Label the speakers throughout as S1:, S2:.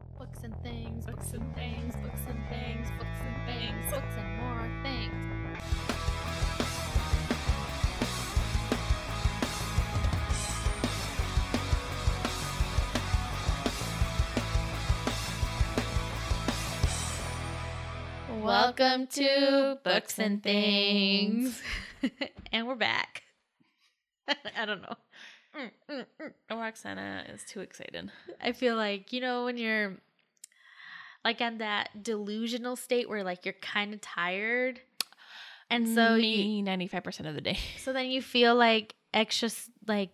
S1: and things, books and things, books and things, books and things, books and more things. Welcome to Books and Things. and we're back. I don't know. Mm, mm, mm.
S2: Roxana is too excited.
S1: I feel like, you know, when you're like on that delusional state where like you're kind of tired. And so you,
S2: me, ninety five percent of the day.
S1: so then you feel like extra s- like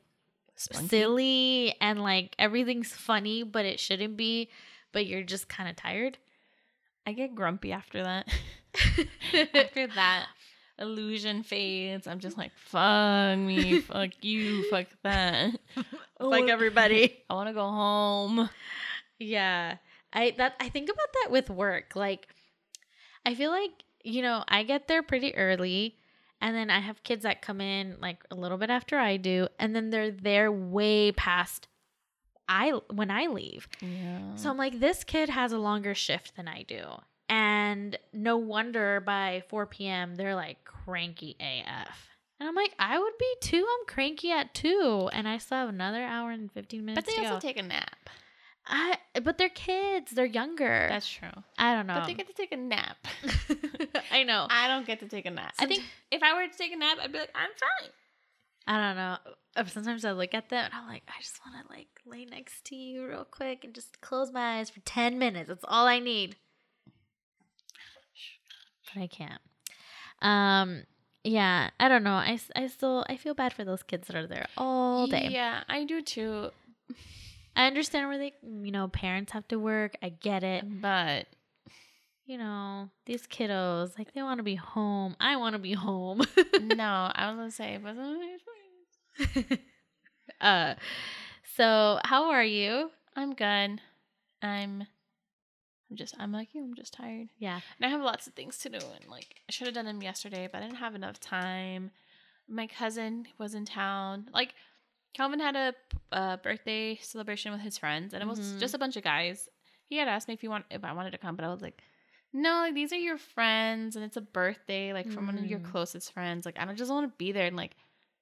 S2: Spunky.
S1: silly and like everything's funny but it shouldn't be, but you're just kind of tired.
S2: I get grumpy after that.
S1: After
S2: after that illusion fades, I'm just like, fuck me, fuck you, fuck that. Oh.
S1: like everybody.
S2: I want to go home.
S1: Yeah. I that I think about that with work. Like I feel like, you know, I get there pretty early and then I have kids that come in like a little bit after I do and then they're there way past I when I leave.
S2: Yeah.
S1: So I'm like this kid has a longer shift than I do. And no wonder by 4 p.m. they're like cranky AF. And I'm like, I would be too. I'm cranky at two, and I still have another hour and 15 minutes.
S2: but they
S1: to
S2: also
S1: go.
S2: take a nap.
S1: I, but they're kids. They're younger.
S2: That's true. Um,
S1: I don't know.
S2: But they get to take a nap.
S1: I know. I,
S2: I don't get to take a nap. I
S1: Somet-
S2: think if I were to take a nap, I'd be like, I'm fine.
S1: don't know. Uh, Sometimes I look at them and I'm like, I just want to like lay next to you real quick and just close my eyes for 10 minutes. That's all I need. But I can't. Um, yeah, I don't know. I, s- I still, I feel bad for those kids that are there all day.
S2: Yeah, I do too.
S1: I understand where they, you know, parents have to work. I get it.
S2: But
S1: You know, these kiddos, like they want to be home. I want to be home.
S2: no, I was gonna say, but
S1: uh, so how are you?
S2: I'm good. I'm. I'm just. I'm like you. I'm just tired,
S1: Yeah.
S2: and I have lots of things to do. And like, I should have done them yesterday, but I didn't have enough time. My cousin was in town. Like, Calvin had a uh, birthday celebration with his friends, and it was
S1: Mhm.
S2: just a bunch of guys. He had asked me if you want if I wanted to come, but I was like, no. Like, these are your friends, and it's a birthday, like from one of your
S1: Mhm.
S2: closest friends. Like, I don't just want to be there and like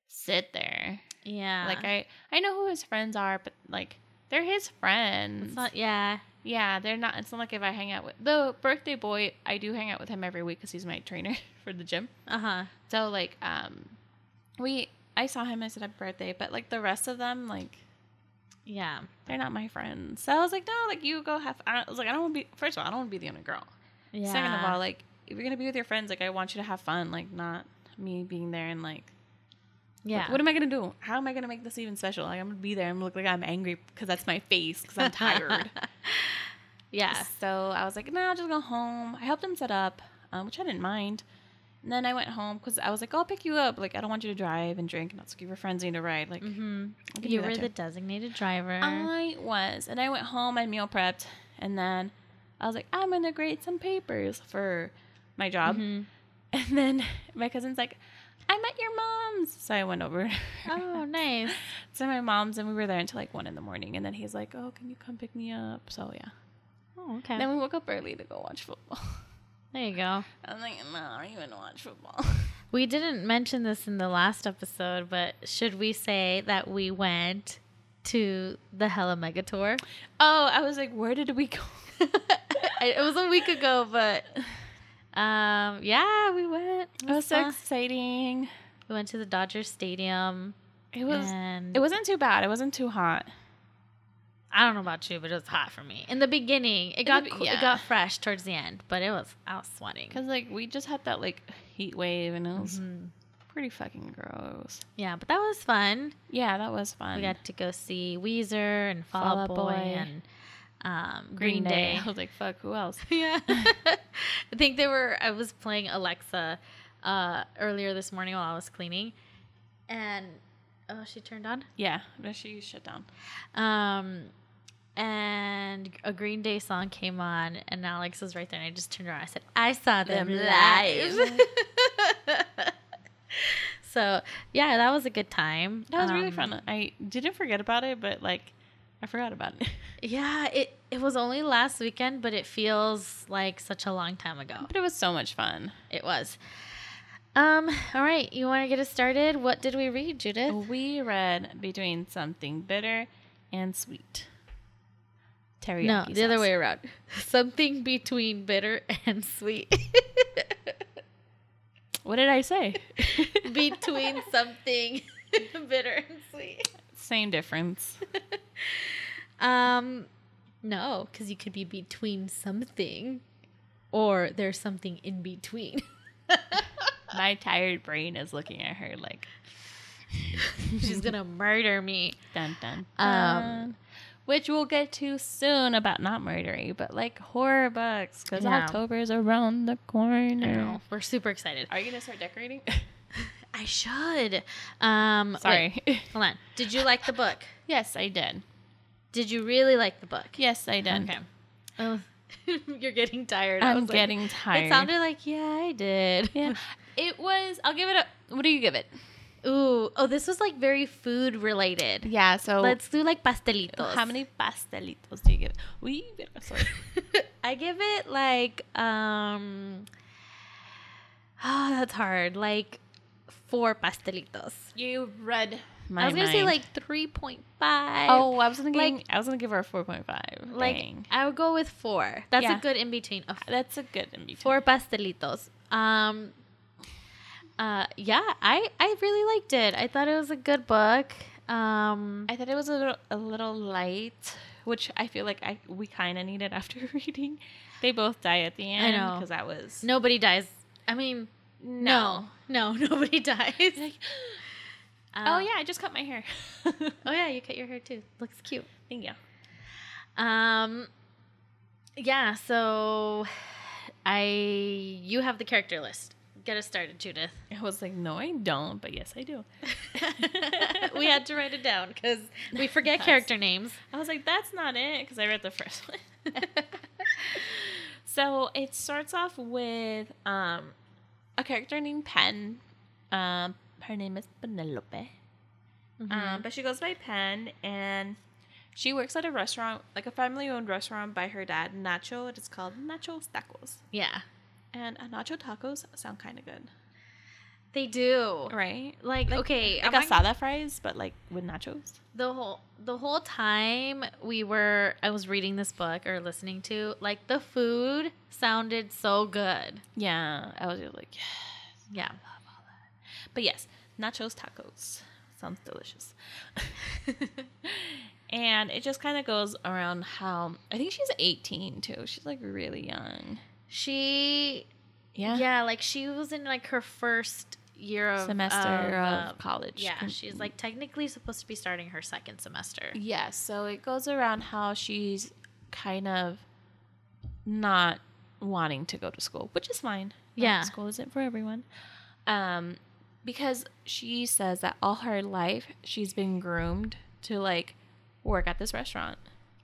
S2: sit there.
S1: Yeah.
S2: Like I I know who his friends are, but like they're his friends.
S1: it's not yeah.
S2: yeah, they're not. It's not like if I hang out with the birthday boy, I do hang out with him every week because he's my trainer for the gym.
S1: Uh-huh.
S2: So like um, we I saw him. I said happy birthday, but like the rest of them like.
S1: Yeah.
S2: They're not my friends. So I was like, no, like you go have. I was like, I don't want to be. First of all, I don't want to be the only girl.
S1: Yeah.
S2: Second of all, like if you're gonna be with your friends, like I want you to have fun, like not me being there and like
S1: yeah.
S2: Like, what am I gonna do? How am I gonna make this even special? Like, I'm gonna be there and look like I'm angry because that's my face because I'm tired.
S1: yeah.
S2: So I was like, no, I'll just go home. I helped him set up, um, which I didn't mind. And then I went home because I was like, I'll pick you up. Like, I don't want you to drive and drink and also give your friends need a ride. Like,
S1: Mm-hmm.
S2: I can do
S1: You
S2: that
S1: were
S2: too.
S1: the designated driver.
S2: I was, and I went home. I meal prepped, and then I was like, I'm gonna grade some papers for my job.
S1: Mhm.
S2: And then my cousin's like, I'm at your mom's. So I went over.
S1: Oh, nice.
S2: So my mom's and we were there until like one in the morning, and then he's like, "Oh, can you come pick me up?" So yeah.
S1: Oh, okay.
S2: Then we woke up early to go watch football.
S1: there you go.
S2: I'm like, no, I don't even watch football.
S1: We didn't mention this in the last episode, but should we say that we went to the Hella Mega Tour?
S2: Oh, I was like, where did we go?
S1: it was a week ago, but um, yeah, we went. It
S2: It was so
S1: fun.
S2: exciting.
S1: We went to the Dodger Stadium,
S2: It was.
S1: and
S2: It wasn't too bad. It wasn't too hot.
S1: I don't know about you, but it was hot for me in the beginning. It got
S2: be-
S1: cool
S2: yeah.
S1: it got fresh towards the end, but it was I was sweating.
S2: Cause like we just had that like heat wave, and it was
S1: Mhm.
S2: pretty fucking gross.
S1: Yeah, but that was fun.
S2: Yeah, that was fun.
S1: We got to go see Weezer and Fall Out
S2: Fall Out
S1: Boy,
S2: Boy.
S1: and um, Green, Day.
S2: I was like, fuck, who else?
S1: yeah, I think they were. I was playing Alexa uh, earlier this morning while I was cleaning, and oh, she turned on.
S2: Yeah, but she shut down.
S1: Um, and a Green Day song came on, and Alex was right there, and I just turned around. I said, "I saw them,
S2: Them
S1: live."
S2: live.
S1: so yeah, that was a good time.
S2: That was really
S1: Um,
S2: fun. I didn't forget about it, but like, I forgot about it.
S1: Yeah, it it was only last weekend, but it feels like such a long time ago.
S2: But it was so much fun.
S1: It was. Um, all right, you want to get us started? What did we read, Judith?
S2: We read between something bitter and sweet. Teriyaki
S1: no, the other
S2: sauce.
S1: way around. Something between bitter and sweet.
S2: What did I say?
S1: between something bitter and sweet.
S2: Same difference.
S1: Um, no, because you could be between something, or there's something in between.
S2: My tired brain is looking at her like
S1: She's gonna murder me.
S2: dun dun
S1: Um,
S2: dun. which we'll get to soon about not murdery, but like horror books because
S1: Yeah.
S2: October's around the
S1: I
S2: corner.
S1: know. We're super excited.
S2: Are you gonna start decorating?
S1: I should. Um, wait,
S2: Sorry.
S1: hold on. Did you like the book?
S2: yes, I did.
S1: Did you really like the book?
S2: Yes, I did.
S1: Okay. Oh, you're getting tired. I
S2: I'm
S1: was like-
S2: getting tired.
S1: It sounded like yeah, I did.
S2: Yeah. It was. I'll give it a. What do you give it?
S1: Ooh. Oh, this was like very food related.
S2: Yeah. So
S1: Let's do like pastelitos.
S2: How many pastelitos do you give? We. Sorry.
S1: I give it like um Oh, that's hard. Like four pastelitos.
S2: You read my
S1: I was gonna say
S2: mind.
S1: like three point five.
S2: Oh, I was thinking.
S1: like-
S2: I was gonna give her a four point five.
S1: like
S2: Dang.
S1: I would go with four. That's
S2: Yeah.
S1: a good in between. Of
S2: that's a good in between.
S1: four pastelitos. Um uh yeah, I I really liked it. I thought it was a good book. Um
S2: I thought it was a little, a little light, which I feel like I we kind of needed after reading. They both die at the end
S1: know.
S2: because that was
S1: nobody dies. I mean no. No, nobody dies.
S2: Like,
S1: Um,
S2: oh yeah, I just cut my hair.
S1: Oh yeah, you cut your hair too. Looks cute.
S2: Thank you.
S1: Um yeah, so I you have the character list. Get us started, Judith.
S2: I was like, no, I don't, but yes, I do.
S1: we had to write it down cuz we forget
S2: Yes.
S1: character names.
S2: I was like, that's not it because I read the first one.
S1: Mm-hmm.
S2: so it starts off with um, a character named Pen. Um, her name is Penelope. Um, but she goes by Pen, and she works at a restaurant, like a family-owned restaurant by her dad, Nacho. It is called Nacho's Tacos,
S1: Yeah.
S2: and uh, Nacho tacos sound kind of good,
S1: They do.
S2: right?
S1: Like, okay,
S2: like
S1: am I-
S2: asada fries, but like with nachos.
S1: the whole the whole time we were I was reading this book or listening to, like the food sounded so good.
S2: Yeah, I was just like,
S1: Yeah.
S2: But yes, nachos tacos. Sounds delicious. and it just kind of goes around how I think she's 18 too. She's like really young.
S1: She
S2: Yeah.
S1: yeah, like she was in like her first year of
S2: Semester
S1: of,
S2: of,
S1: um,
S2: college.
S1: Yeah,
S2: Mm,
S1: she's like technically supposed to be starting her second semester.
S2: Yeah, so it goes around how she's kind of not wanting to go to school, which is fine. Like,
S1: Yeah.
S2: school isn't for everyone. Um, because she says that all her life she's been groomed to like work at this restaurant.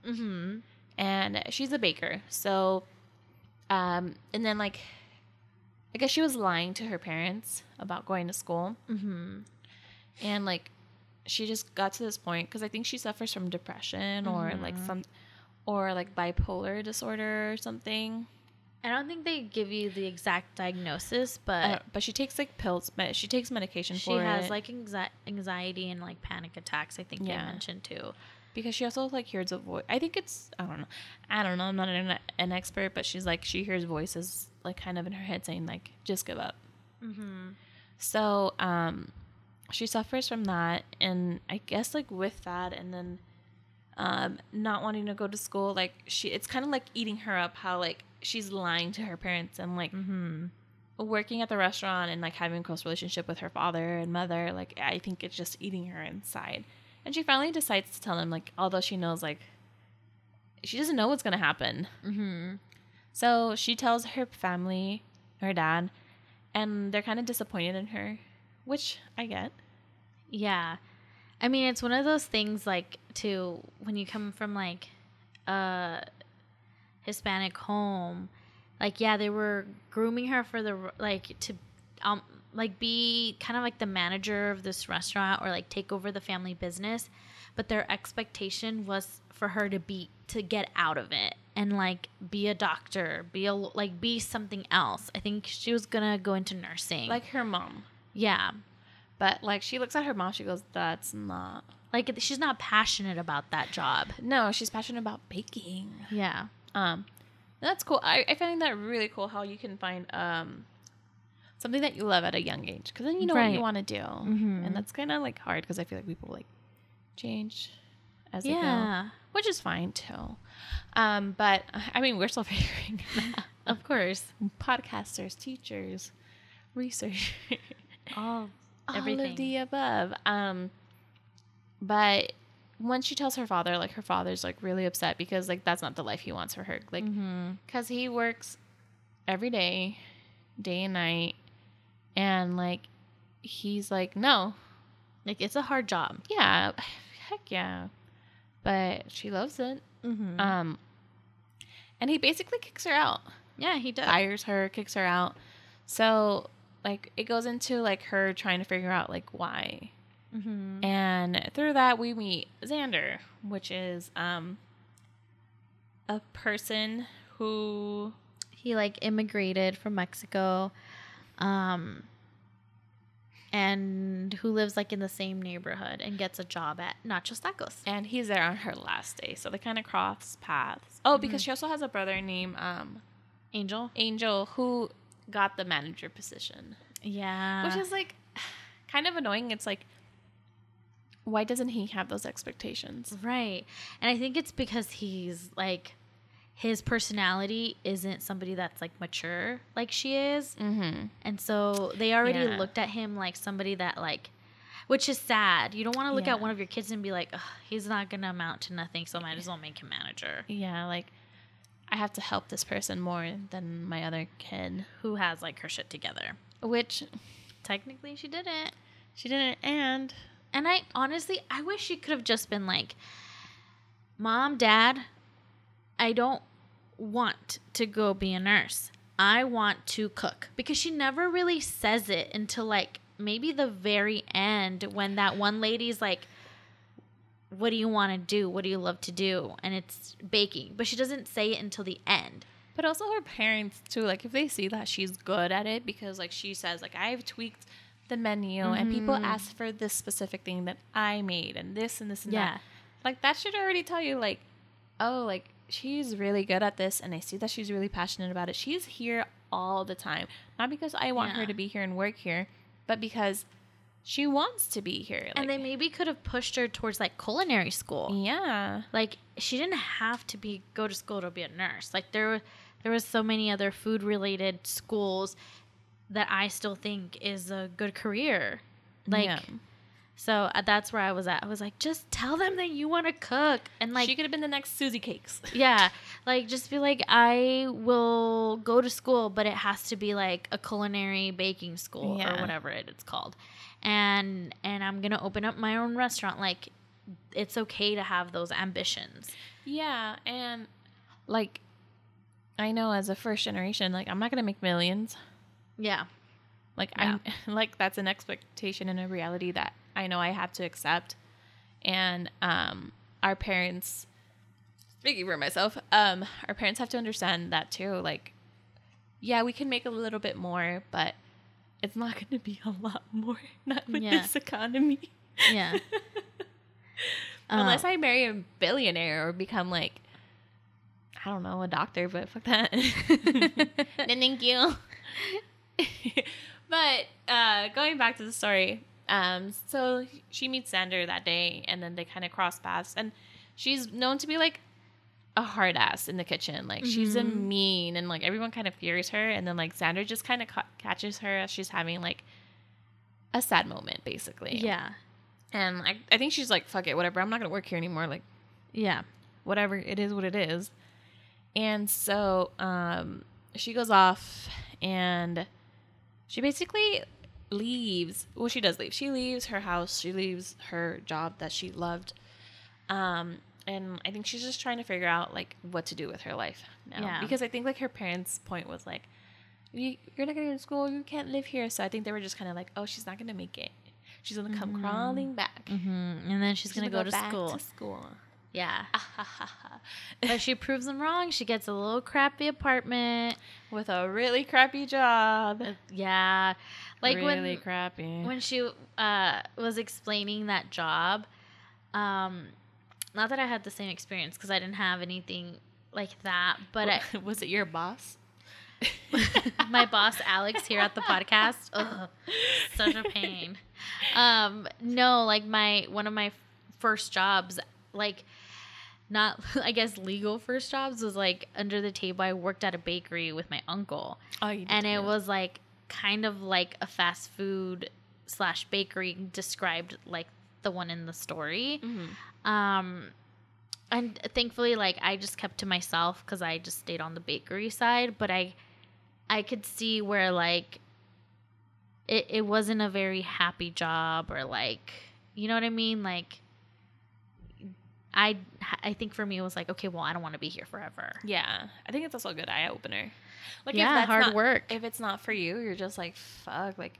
S1: Mm-hmm.
S2: and she's a baker. So, um, and then like, I guess she was lying to her parents about going to school,
S1: Mm-hmm.
S2: and like, she just got to this point because I think she suffers from depression or like
S1: Mm-hmm.
S2: some, or like bipolar disorder or something.
S1: I don't think they give you the exact diagnosis, but
S2: Uh, but she takes like pills. But she takes medication
S1: she
S2: Uh, for
S1: has
S2: it
S1: like anxi- anxiety and like panic attacks. I think
S2: Yeah.
S1: they mentioned too.
S2: because she also like hears a voice. I think it's I don't know. I don't know. I'm not an, an expert, but she's like she hears voices like kind of in her head saying like just give up.
S1: Mm-hmm.
S2: So, um, she suffers from that, and I guess like with that, and then, um, not wanting to go to school, like she, it's kind of like eating her up. How like she's lying to her parents and like
S1: Mm-hmm.
S2: working at the restaurant and like having a close relationship with her father and mother. Like I think it's just eating her inside, and she finally decides to tell him. Like although she knows like she doesn't know what's gonna happen,
S1: Mm-hmm.
S2: so she tells her family, her dad, and they're kind of disappointed in her, which I get.
S1: Yeah. I mean, it's one of those things like to when you come from like a Hispanic home, like yeah, they were grooming her for the like to um like be kind of like the manager of this restaurant or like take over the family business but their expectation was for her to be to get out of it and like be a doctor be a like be something else i think she was gonna go into nursing
S2: Like her mom.
S1: yeah
S2: But like she looks at her mom, she goes, That's not
S1: like she's not passionate about that job
S2: No, she's passionate about baking.
S1: yeah
S2: Um that's cool. I, I find that really cool how you can find um something that you love at a young age because then you know what you
S1: Right.
S2: want to do,
S1: Mhm.
S2: and that's kind of like hard because I feel like people like change as
S1: oh.
S2: they go,
S1: yeah
S2: which is fine too. Um, but I mean, we're still figuring it out.
S1: of course
S2: podcasters, teachers, researchers,
S1: all
S2: all
S1: everything
S2: of the above. Um, but when she tells her father, like her father's like really upset because like that's not the life he wants for her. Like,
S1: mm-hmm.
S2: because he works every day, day and night, and like he's like, no,
S1: like it's a hard job
S2: yeah, heck yeah, but she loves it.
S1: mm-hmm.
S2: Um, and he basically kicks her out.
S1: yeah he does
S2: fires her, kicks her out. So like it goes into like her trying to figure out like why.
S1: mm-hmm.
S2: And through that we meet Xander, which is um a person who
S1: he like immigrated from Mexico um and who lives like in the same neighborhood and gets a job at Nachos Tacos.
S2: and he's there on her last day. So they kind of cross paths. Oh, because she also has a brother named um
S1: Angel?
S2: Angel who got the manager position. Uh,
S1: Yeah.
S2: Which is like kind of annoying. It's like why doesn't he have those expectations?
S1: right. And I think it's because he's like his personality isn't somebody that's like mature like she is.
S2: Mm-hmm.
S1: And so they already
S2: Yeah.
S1: looked at him like somebody that like which is sad. You don't want to look
S2: Yeah.
S1: at one of your kids and be like, Ugh, he's not going to amount to nothing, so might as well make him manager.
S2: Yeah, like I have to help this person more than my other kid,
S1: Who has like her shit together?
S2: which
S1: Technically, she didn't.
S2: she didn't. And
S1: And I honestly, I wish she could have just been like, Mom, Dad, I don't want to go be a nurse. I want to cook. Because she never really says it until like maybe the very end when that one lady's like, What do you want to do? What do you love to do? And it's baking. But she doesn't say it until the end.
S2: but also her parents too. Like if they see that she's good at it, because like she says, like I've tweaked the menu and people
S1: Mhm.
S2: ask for this specific thing that I made and this and this and
S1: Yeah.
S2: that. Like that should already tell you, like, oh, like she's really good at this, and I see that she's really passionate about it. She's here all the time, not because I want her
S1: Yeah.
S2: to be here and work here, but because she wants to be here.
S1: And
S2: like-
S1: they maybe could have pushed her towards like culinary school.
S2: Yeah.
S1: like she didn't have to be go to school to be a nurse like there were there was so many other food related schools that i still think is a good career like
S2: Yeah.
S1: so uh, that's where i was at i was like just tell them that you want to cook and like
S2: she could have been the next Susie Cakes.
S1: yeah like just be like i will go to school but it has to be like a culinary baking school
S2: Yeah.
S1: or whatever it, it's called and and i'm gonna open up my own restaurant like it's okay to have those ambitions
S2: Yeah, and like I know as a first generation, like I'm not gonna make millions.
S1: yeah
S2: Like I'm like that's an expectation and a reality that I know I have to accept. And um our parents speaking for myself, um, our parents have to understand that too. Like, yeah, we can make a little bit more, but it's not gonna be a lot more, not with
S1: Yeah.
S2: this economy.
S1: yeah Uh,
S2: Unless I marry a billionaire or become like, I don't know, a doctor, but fuck that. no, thank you. but uh, going back to the story, um, so she meets Xander that day, and then they kind of cross paths, and she's known to be like a hard ass in the kitchen. Like she's a
S1: Mhm.
S2: mean, and like everyone kind of fears her, and then like Xander just kind of ca- catches her as she's having like a sad moment, basically.
S1: Yeah.
S2: And I, I think she's like, fuck it, whatever. I'm not going to work here anymore. Like,
S1: Yeah.
S2: whatever. It is what it is. And so um, she goes off and she basically leaves. Well, she does leave. She leaves her house. She leaves her job that she loved. Um, and I think she's just trying to figure out like what to do with her life now.
S1: Yeah.
S2: Because I think like her parents' point was like, you, you're not going to go to school. You can't live here. So I think they were just kind of like, oh, she's not going to make it. She's going to come
S1: Mhm.
S2: crawling back.
S1: Mm-hmm. And then she's, gonna, go, to
S2: back
S1: school.
S2: To school.
S1: yeah, but she proves them wrong. She gets a little crappy apartment.
S2: With a really crappy job.
S1: Uh, Yeah, like
S2: really
S1: when
S2: crappy.
S1: when she uh, was explaining that job um not that i had the same experience because i didn't have anything like that but I,
S2: was it your boss?
S1: my boss alex here at the podcast ugh, such a pain um no like my one of my first jobs like not i guess legal first jobs was like under the table i worked at a bakery with my uncle
S2: Oh, you did
S1: and
S2: tell
S1: it
S2: me
S1: was like kind of like a fast food slash bakery described like the one in the story
S2: that. Mhm.
S1: um and thankfully like i just kept to myself because i just stayed on the bakery side but i i could see where like it, it wasn't a very happy job or like you know what i mean like i i think for me it was like okay well i don't want to be here forever
S2: Yeah, I think it's also a good eye opener. Like, if
S1: yeah
S2: that's
S1: hard
S2: not,
S1: work
S2: If it's not for you, you're just like, fuck. Like,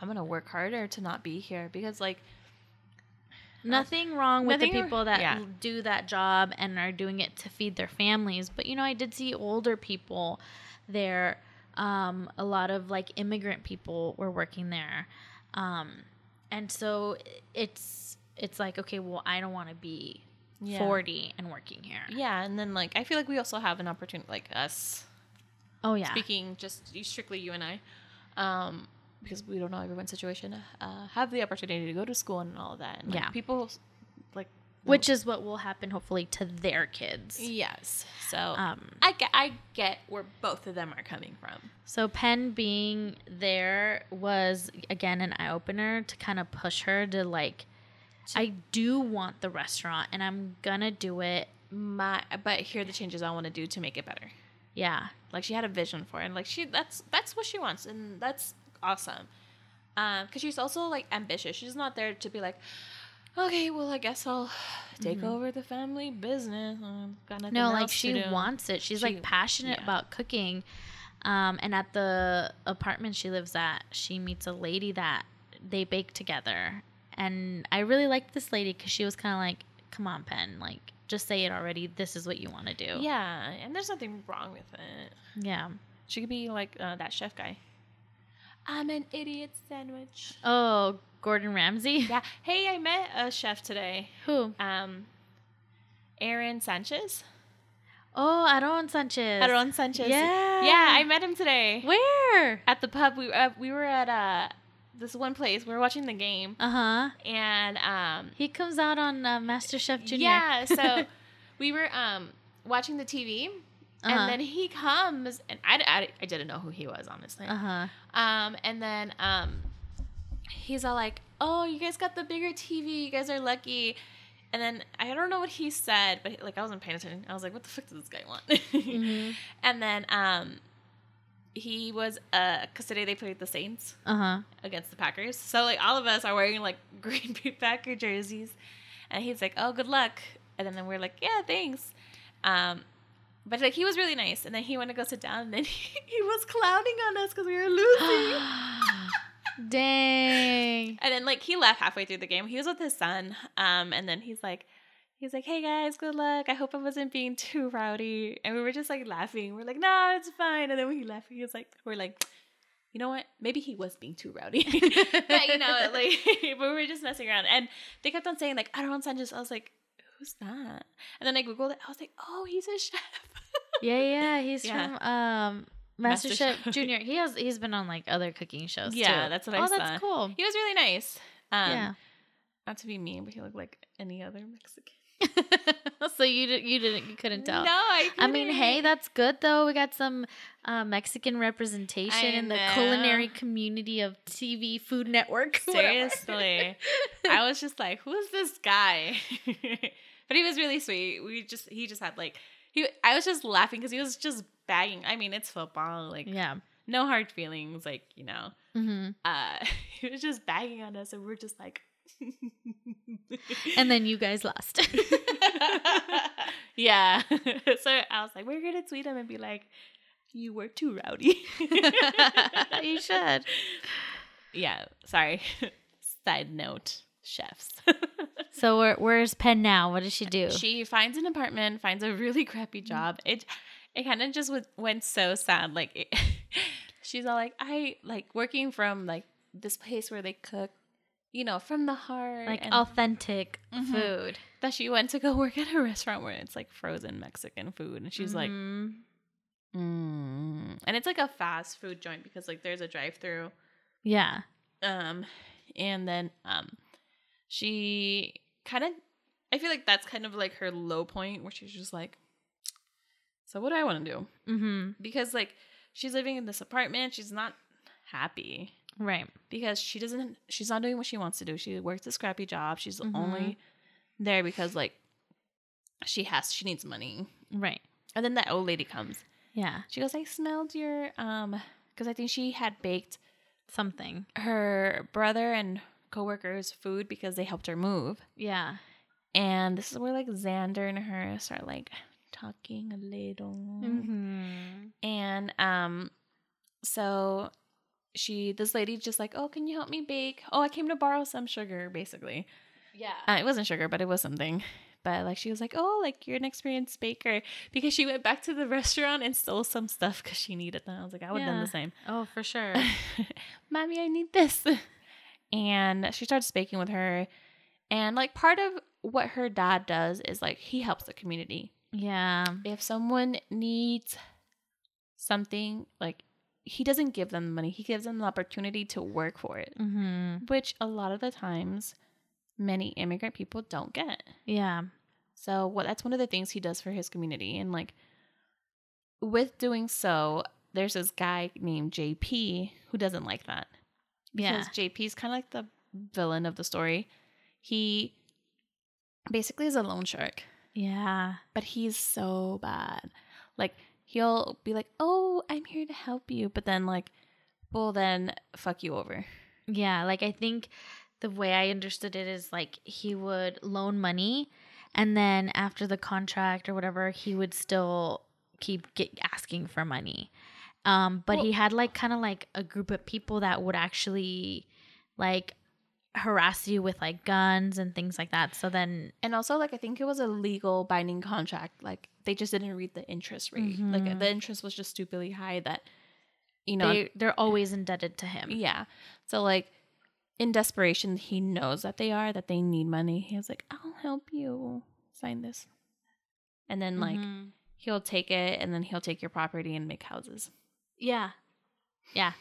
S2: I'm gonna work harder to not be here because, like,
S1: Nothing wrong with the
S2: Nothing-
S1: people that
S2: yeah.
S1: l- do that job and are doing it to feed their families. But you know, I did see older people there. Um, a lot of like immigrant people were working there, um, and so i- it's it's like okay, well, I don't want to be
S2: yeah.
S1: forty and working here.
S2: Yeah, and then like I feel like we also have an opportunity, like us
S1: Oh yeah,
S2: speaking, just you- strictly you and I, um, because we don't know everyone's situation. Uh, have the opportunity to go to school and all that. And, like,
S1: Yeah.
S2: people like
S1: which is what will happen hopefully to their kids.
S2: yes. So
S1: Um,
S2: I get, I get where both of them are coming from.
S1: So Penn being there was again an eye opener to kind of push her to like, I do want the restaurant and I'm gonna do it.
S2: My, but here are the changes I want to do to make it better.
S1: Yeah,
S2: Like she had a vision for it, and like she that's that's what she wants, and that's awesome. Um, because she's also like ambitious. She's not there to be like, okay, well, I guess I'll take over the family business. I've got nothing
S1: no, like
S2: else to
S1: she
S2: do."
S1: wants it. She's
S2: She-
S1: like passionate
S2: yeah.
S1: about cooking. Um, and at the apartment she lives at, she meets a lady that they bake together. And I really liked this lady because she was kind of like, "Come on, Penn, like just say it already. This is what you want to do."
S2: Yeah, and there's nothing wrong with it.
S1: yeah.
S2: She could be like uh, that chef guy. I'm an idiot sandwich.
S1: Oh, Gordon Ramsay.
S2: Yeah. Hey, I met a chef today.
S1: Who?
S2: Um, Aaron Sanchez.
S1: Oh, Aaron Sanchez.
S2: Aaron Sanchez.
S1: Yeah.
S2: Yeah, I met him today.
S1: Where?
S2: at the pub we uh, we were at uh this one place we were watching the game
S1: Uh huh.
S2: and um
S1: He comes out on uh, MasterChef Junior.
S2: yeah so we were um watching the TV
S1: Uh-huh.
S2: and then he comes and I, I, I didn't know who he was honestly
S1: uh huh.
S2: um and then um he's all like oh you guys got the bigger TV you guys are lucky and then I don't know what he said but like I wasn't paying attention I was like what the fuck does this guy want
S1: hmm
S2: and then um he was uh because today they played the Saints
S1: Uh huh.
S2: against the Packers. So like all of us are wearing like Green Bay Packer jerseys, and he's like, "Oh, good luck," and then we're like, "Yeah, thanks." Um, but like he was really nice, and then he went to go sit down, and then he, he was clowning on us because we were losing.
S1: Dang.
S2: and then like he left halfway through the game. He was with his son, um, and then he's like. He's like, hey guys, good luck. I hope I wasn't being too rowdy. And we were just like laughing. We're like, no, it's fine. And then when he left, he was like, we're like, you know what? Maybe he was being too rowdy. but you know, like, but we were just messing around, and they kept on saying like, "I don't want Sanchez." I was like, "Who's that?" And then I googled it. I was like, "Oh, he's a chef."
S1: yeah, yeah. He's
S2: Yeah.
S1: from um, MasterChef
S2: MasterChef.
S1: Junior. He has he's been on like other cooking shows.
S2: Yeah,
S1: too.
S2: that's what
S1: oh,
S2: I
S1: Oh,
S2: saw.
S1: that's cool.
S2: he was really nice. Um,
S1: yeah.
S2: Not to be mean, but he looked like any other Mexican.
S1: so you did, you didn't you couldn't tell.
S2: No, I.
S1: I mean, hey,
S2: couldn't.
S1: that's good though. We got some uh, Mexican representation
S2: I
S1: in the
S2: know.
S1: culinary community of TV Food Network. whatever.
S2: Seriously, I was just like, "Who's this guy?" but he was really sweet. We just he just had like he. I was just laughing because he was just bagging. I mean, it's football. Like
S1: yeah.
S2: no hard feelings. Like you know.
S1: hmm
S2: uh he was just bagging on us and we're just like
S1: And then you guys lost.
S2: yeah so i was like we're gonna tweet him and be like You were too rowdy.
S1: you should.
S2: yeah, sorry. Side note, chefs.
S1: So where, where's Pen now? What does she do?
S2: she finds an apartment, finds a really crappy job. It it kind of just was, went so sad. Like it, she's all like, I like working from like this place where they cook, you know, from the heart.
S1: like
S2: and
S1: authentic
S2: Mhm.
S1: food.
S2: that she went to go work at a restaurant where it's like frozen Mexican food, and she's like,
S1: Mhm.
S2: mm. and it's like a fast food joint because like there's a drive through.
S1: yeah.
S2: um and then um she kind of i feel like that's kind of like her low point where she's just like so what do i want to do
S1: Mm-hmm.
S2: because like she's living in this apartment she's not happy
S1: Right.
S2: because she doesn't she's not doing what she wants to do she works a scrappy job she's
S1: Mhm.
S2: only there because like she has she needs money
S1: Right.
S2: and then that old lady comes
S1: Yeah.
S2: she goes i smelled your um because i think she had baked
S1: Something.
S2: her brother and coworkers food because they helped her move.
S1: Yeah.
S2: And this is where like Xander and her start like talking a little.
S1: Mm-hmm.
S2: And um so she this lady just like, "Oh, can you help me bake? Oh, I came to borrow some sugar basically."
S1: Yeah.
S2: Uh, it wasn't sugar, but it was something. But like she was like, "Oh, like you're an experienced baker." Because she went back to the restaurant and stole some stuff cuz she needed them. I was like, "I would have done
S1: Yeah.
S2: the same."
S1: oh, for sure.
S2: Mommy, I need this. And she starts baking with her. And like part of what her dad does is like he helps the community.
S1: yeah.
S2: If someone needs something, like he doesn't give them the money, he gives them the opportunity to work for it,
S1: Mm-hmm.
S2: which a lot of the times many immigrant people don't get.
S1: Yeah.
S2: So what that's one of the things he does for his community and like with doing so, there's this guy named JP who doesn't like that.
S1: Yeah.
S2: Because JP's kind of like the villain of the story. He basically is a loan shark,
S1: Yeah.
S2: but he's so bad. Like he'll be like, "Oh, I'm here to help you," but then like, well, then fuck you over.
S1: Yeah, like I think the way I understood it is like he would loan money and then after the contract or whatever, he would still keep get asking for money. Um but he
S2: Well-
S1: had like kind of like a group of people that would actually like harass you with like guns and things like that. So then
S2: And also, like, I think it was a legal binding contract. Like, they just didn't read the interest rate. Like,
S1: Mhm.
S2: the interest was just stupidly high that, you know,
S1: they they're always indebted to him.
S2: yeah. So, like, in desperation, he knows that they are, that they need money. He's like, I'll help you sign this. And then, like,
S1: Mhm.
S2: he'll take it and then he'll take your property and make houses.
S1: yeah. Yeah.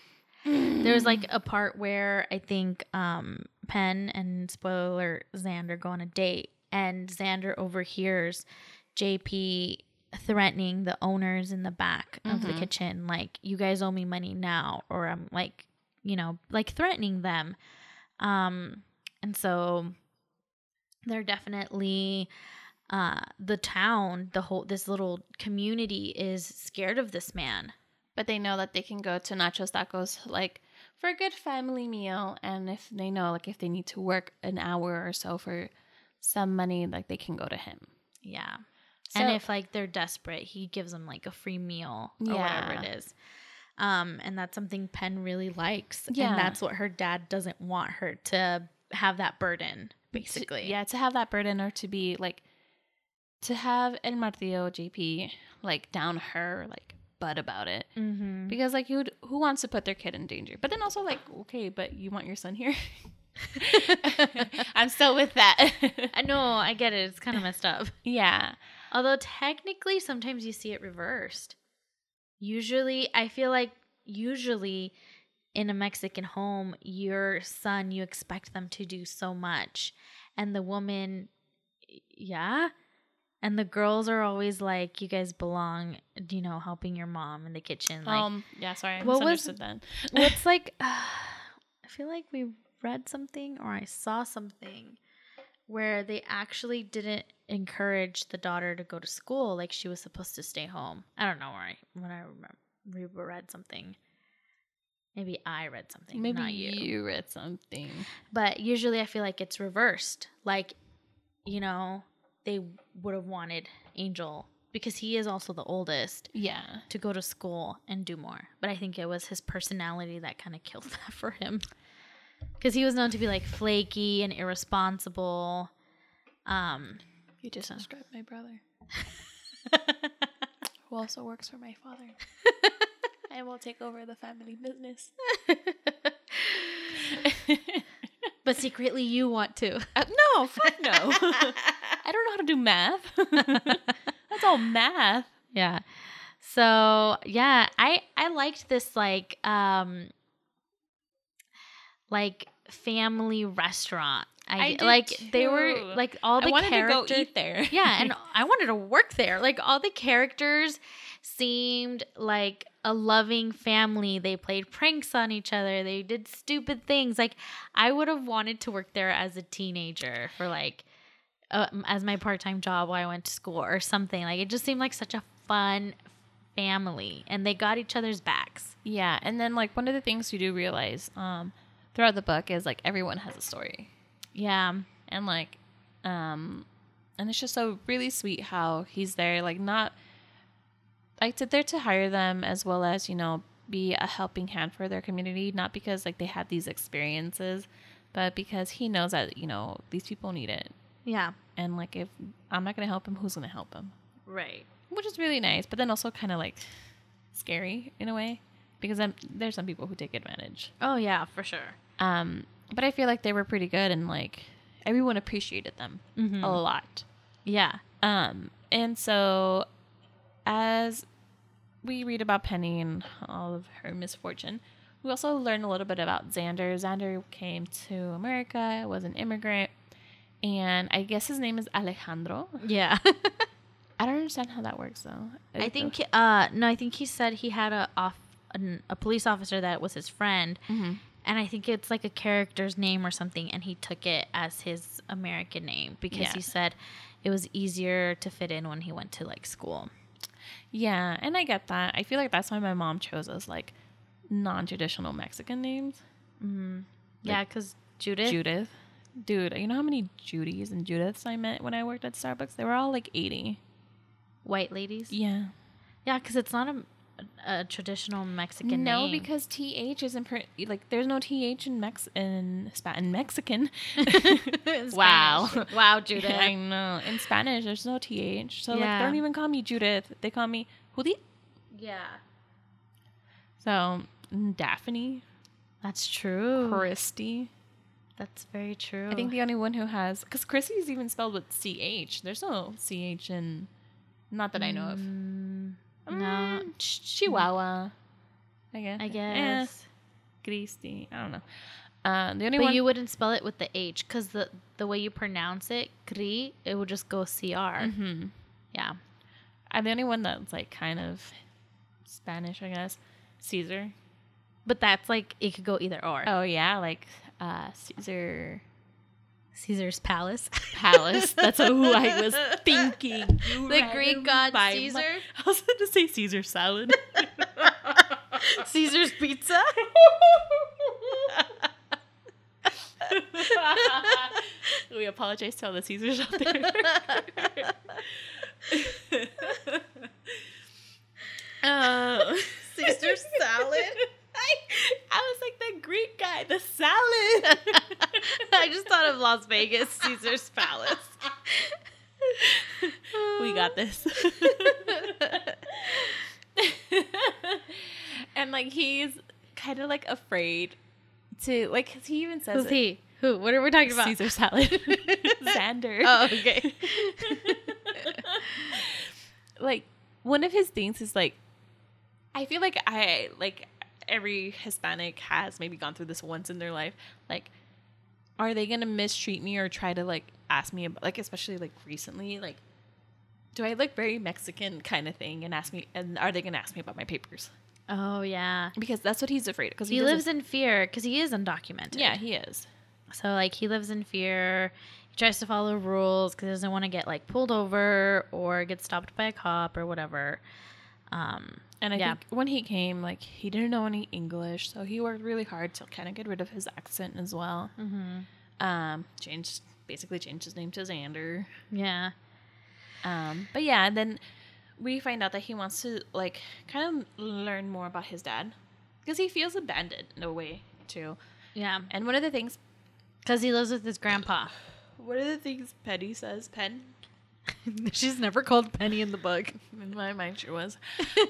S1: There was like a part where I think um Penn and spoiler Xander go on a date and Xander overhears JP threatening the owners in the back of the
S2: Mhm.
S1: kitchen like you guys owe me money now or I'm like you know like threatening them um and so they're definitely uh the town the whole this little community is scared of this man
S2: But they know that they can go to Nachos Tacos, like, for a good family meal. And if they know, like, if they need to work an hour or so for some money, like, they can go to him.
S1: yeah
S2: So-
S1: and if like they're desperate, he gives them like a free meal or
S2: Yeah.
S1: whatever it is. Um, and that's something Penn really likes.
S2: Yeah.
S1: And that's what her dad doesn't want her to have that burden, basically.
S2: To, yeah, to have that burden or to be like, to have El Martillo JP like down her like butt about it
S1: Mm-hmm.
S2: because like you would who wants to put their kid in danger? But then also like okay, but you want your son here. I'm still with that.
S1: I know, I get it. It's kind of messed up.
S2: yeah,
S1: Although technically sometimes you see it reversed. Usually I feel like usually in a Mexican home, your son you expect them to do so much and the woman yeah. And the girls are always like you guys belong, you know, helping your mom in the kitchen like
S2: um, yeah. Sorry, I
S1: What was-
S2: misunderstood then.
S1: what's like I feel like we read something or I saw something where they actually didn't encourage the daughter to go to school like she was supposed to stay home. I don't know where I when I remember we read something. Maybe I read something,
S2: Maybe
S1: not you.
S2: you read something.
S1: But usually I feel like it's reversed. Like you know, they would have wanted Angel because he is also the oldest
S2: Yeah.
S1: to go to school and do more. But I think it was his personality that kind of killed that for him. Cuz he was known to be like flaky and irresponsible. Um
S2: You just described my brother, who also works for my father. I will take over the family business.
S1: but secretly you want to.
S2: Uh, no, fuck no. I don't know how to do math. That's all math.
S1: yeah so yeah i i liked this like um like family restaurant i,
S2: I
S1: g-
S2: did
S1: like they
S2: too.
S1: were like all the
S2: I wanted to
S1: characters
S2: go eat there.
S1: yeah and i wanted to work there like all the characters seemed like a loving family they played pranks on each other they did stupid things like i would have wanted to work there as a teenager for like uh, as my part-time job while i went to school or something like it just seemed like such a fun family and they got each other's backs
S2: yeah, and then like one of the things you do realize um, throughout the book is like everyone has a story,
S1: yeah
S2: and like, um, and it's just so really sweet how he's there, like not like to there to hire them as well as you know be a helping hand for their community, not because like they had these experiences, but because he knows that you know these people need it,
S1: yeah
S2: and like if I'm not gonna help him, who's gonna help him?
S1: right
S2: which is really nice, but then also kind of like scary in a way because I'm, there's some people who take advantage.
S1: oh yeah for sure
S2: Um, but I feel like they were pretty good and like everyone appreciated them a lot.
S1: yeah
S2: Um, and so as we read about Penny and all of her misfortune, we also learn a little bit about Xander. Xander came to America, was an immigrant, and I guess his name is Alejandro.
S1: yeah
S2: I don't understand how that works though.
S1: I think uh no, I think he said he had a off an, a police officer that was his friend, and I think it's like a character's name or something, and he took it as his American name because
S2: Yeah.
S1: he said it was easier to fit in when he went to like school.
S2: Yeah, and I get that. I feel like that's why my mom chose us like non-traditional Mexican names.
S1: yeah, because Judith.
S2: Judith, dude, you know how many Judys and Judiths I met when I worked at Starbucks? They were all like eighty.
S1: white ladies.
S2: Yeah.
S1: Yeah, because it's not a, a traditional Mexican
S2: no,
S1: name.
S2: because th isn't per- like there's no th in Mex in Spa- in Mexican.
S1: In
S2: Wow.
S1: Spanish. wow, Judith.
S2: I know in Spanish there's no th, so like
S1: Yeah.
S2: they don't even call me Judith. They call me Judith.
S1: yeah,
S2: So Daphne,
S1: that's true.
S2: Christy.
S1: That's very true.
S2: I think the only one who has, because Chrissy's even spelled with CH. There's no CH in, not that I know of.
S1: no.
S2: Mm, Ch- Chihuahua. I guess.
S1: I
S2: Eh,
S1: guess.
S2: Christy. I don't know. Uh, the only
S1: But
S2: one.
S1: you wouldn't spell it with the H because the the way you pronounce it, Kri, it would just go CR. Mm-hmm.
S2: Mhm.
S1: Yeah.
S2: uh, the only one that's like kind of Spanish, I guess. Caesar.
S1: But that's like, it could go either or.
S2: Oh, yeah. Like uh, Caesar
S1: Caesar's Palace.
S2: Palace. that's who I was thinking. You
S1: The
S2: had
S1: Greek
S2: him
S1: god
S2: by my-
S1: Caesar?
S2: I was going to say Caesar salad.
S1: Caesar's Pizza.
S2: we apologize to all the Caesars out there. Oh,
S1: Caesar's salad?
S2: I, I was like the Greek guy, the salad.
S1: I just thought of Las Vegas, Caesar's Palace.
S2: we got this. and like he's kind of like afraid to like 'cause he even says
S1: Who's
S2: it.
S1: he? Who? What are we talking about?
S2: Caesar salad. Xander.
S1: Oh, okay.
S2: like one of his things is like I feel like I like every Hispanic has maybe gone through this once in their life. Like, are they gonna mistreat me or try to like ask me about like especially like recently, like do I look very Mexican kind of thing and ask me and are they gonna ask me about my papers?
S1: Oh, yeah.
S2: Because that's what he's afraid of. Because
S1: He lives in fear because he is undocumented.
S2: Yeah, he is.
S1: So like he lives in fear. He tries to follow rules because he doesn't want to get like pulled over or get stopped by a cop or whatever. Um,
S2: And I
S1: Yeah.
S2: think when he came, like he didn't know any English, so he worked really hard to kind of get rid of his accent as well. Um, changed basically changed his name to Xander.
S1: yeah,
S2: Um, but yeah, and then we find out that he wants to like kind of learn more about his dad because he feels abandoned in a way too.
S1: Yeah.
S2: And one of the things,
S1: Because he lives with his grandpa.
S2: one of the things Penny says, Pen,
S1: She's never called Penny in the book.
S2: in my mind sure was,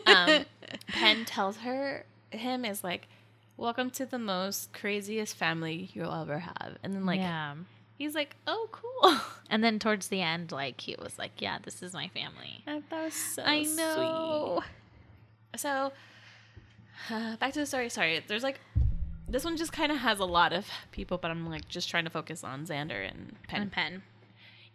S2: um, Pen tells her him is like, "Welcome to the most craziest family you'll ever have," and then like
S1: yeah.
S2: he's like, "Oh, cool."
S1: And then towards the end, like, he was like, yeah, this is my family.
S2: that was so
S1: I know.
S2: sweet. So uh, back to the story. Sorry, there's like this one just kind of has a lot of people, but I'm like just trying to focus on Xander and Pen.
S1: And Pen.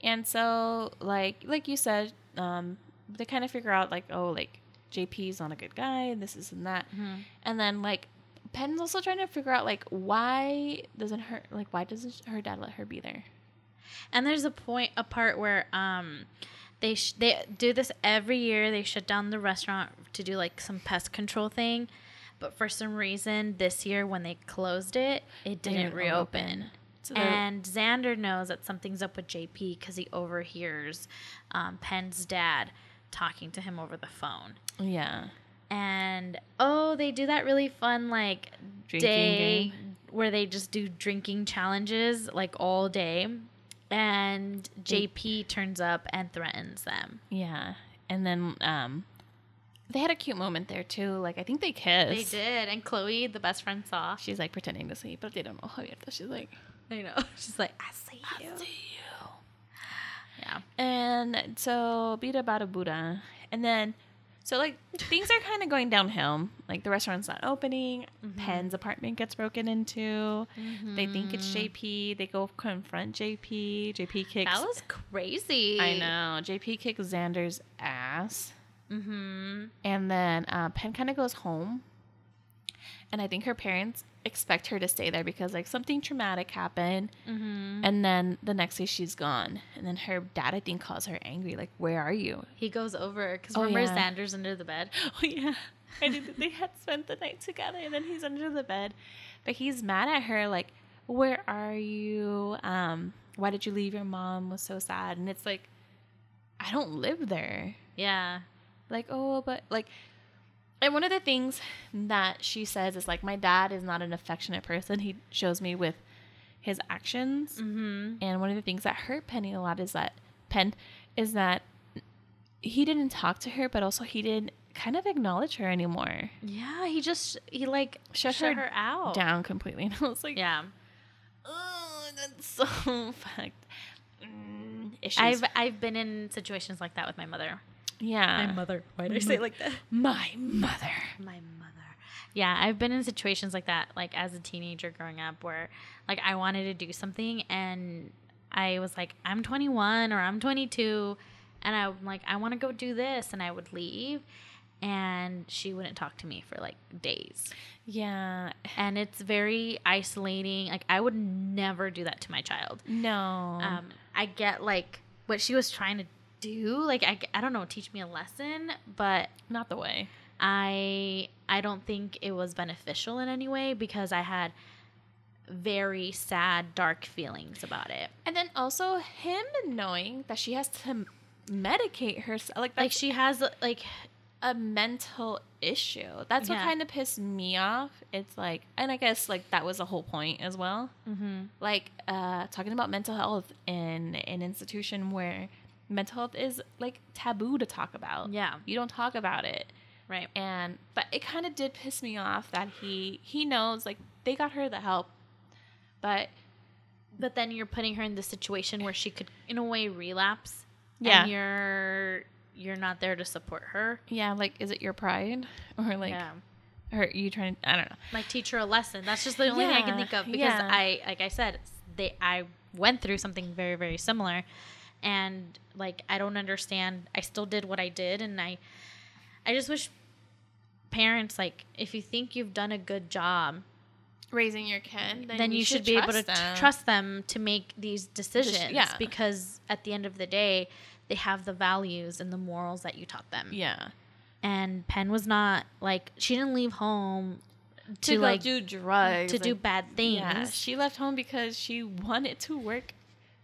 S2: And so, like, like you said, um, they kind of figure out like, oh, like JP's not a good guy, and this is and that,
S1: Mm-hmm.
S2: and then like, Pen's also trying to figure out like why doesn't her like why doesn't her dad let her be there?
S1: And there's a point, a part where um, they sh- they do this every year. They shut down the restaurant to do like some pest control thing, but for some reason this year when they closed it, it didn't
S2: didn't
S1: reopen.
S2: So they're-
S1: And Xander knows that something's up with JP because he overhears um, Penn's dad talking to him over the phone.
S2: yeah,
S1: And oh, they do that really fun like
S2: Drinking
S1: day
S2: game.
S1: where they just do drinking challenges like all day. And JP turns up and threatens them.
S2: Yeah. And then um they had a cute moment there too. Like I think
S1: They
S2: they kissed.
S1: did, and Chloe, the best friend, saw.
S2: She's like pretending to sleep, but they don't know how yet. But she's like,
S1: I know. She's like, "I see you."
S2: "See you."
S1: Yeah.
S2: And so Bida Bada Buddha. And then so like things are kind of going downhill. Like the restaurant's not opening.
S1: Mm-hmm.
S2: Pen's apartment gets broken into. They think it's JP. They go confront JP. JP kicks.
S1: Mm-hmm. That was crazy.
S2: I know. JP kicks Xander's ass.
S1: Mm-hmm.
S2: And then uh, Pen kind of goes home. And I think her parents expect her to stay there because like something traumatic happened.
S1: Mm-hmm.
S2: And then the next day she's gone. And then her dad, I think, calls her angry. Like, where are you?
S1: He goes over because
S2: Oh,
S1: remember
S2: yeah.
S1: Xander's under the bed.
S2: Oh, yeah. I knew that they had spent the night together. And then he's under the bed. But he's mad at her. Like, where are you? Um, why did you leave? Your mom was so sad. And it's like, I don't live there.
S1: Yeah.
S2: like oh but like and one of the things that she says is like my dad is not an affectionate person he shows me with his actions
S1: Mm-hmm.
S2: and one of the things that hurt penny a lot is that pen is that he didn't talk to her but also he didn't kind of acknowledge her anymore
S1: Yeah. He just he like
S2: Shut
S1: shut,
S2: her
S1: her, out.
S2: down completely and i was like
S1: Oh. Yeah.
S2: oh that's so fucked Mm, issues.
S1: I've I've been in situations like that with my mother.
S2: yeah
S1: mother. Why did
S2: I say it
S1: like that?
S2: my mother
S1: My mother. Yeah, I've been in situations like that, like as a teenager growing up, where like I wanted to do something and I was like, I'm 21 or I'm 22, and I'm like, I want to go do this, and I would leave, and she wouldn't talk to me for like days,
S2: yeah
S1: and it's very isolating. Like I would never do that to my child.
S2: no
S1: um, I get like what she was trying to do. Like I, I don't know, teach me a lesson, but
S2: not the way
S1: I I don't think it was beneficial in any way because I had very sad, dark feelings about it.
S2: And then also him knowing that she has to medicate herself, like
S1: Like
S2: that's
S1: she has like
S2: a mental issue. That's what
S1: Yeah.
S2: kind of pissed me off. It's like, and I guess like that was the whole point as well. Like uh, talking about mental health in an institution where mental health is like taboo to talk about.
S1: Yeah.
S2: you don't talk about it.
S1: right.
S2: And but it kind of did piss me off that he he knows like they got her the help, but
S1: But then you're putting her in this situation where she could in a way relapse.
S2: Yeah.
S1: And you're you're not there to support her.
S2: yeah, like is it your pride or like
S1: yeah.
S2: or you trying? I don't know.
S1: like teach her a lesson. That's just the only thing I
S2: Yeah,
S1: can think of because
S2: yeah.
S1: I, like I said, they I went through something very very similar, and like I don't understand. I still did what I did, and I, I just wish parents like if you think you've done a good job,
S2: raising your kid,
S1: then, you, should, be able to
S2: them.
S1: trust them to make these decisions.
S2: yeah.
S1: because at the end of the day, they have the values and the morals that you taught them.
S2: Yeah,
S1: And Penn was not like she didn't leave home
S2: to,
S1: to,
S2: go
S1: like
S2: do drugs,
S1: to do
S2: like,
S1: bad things.
S2: Yeah, she left home because she wanted to work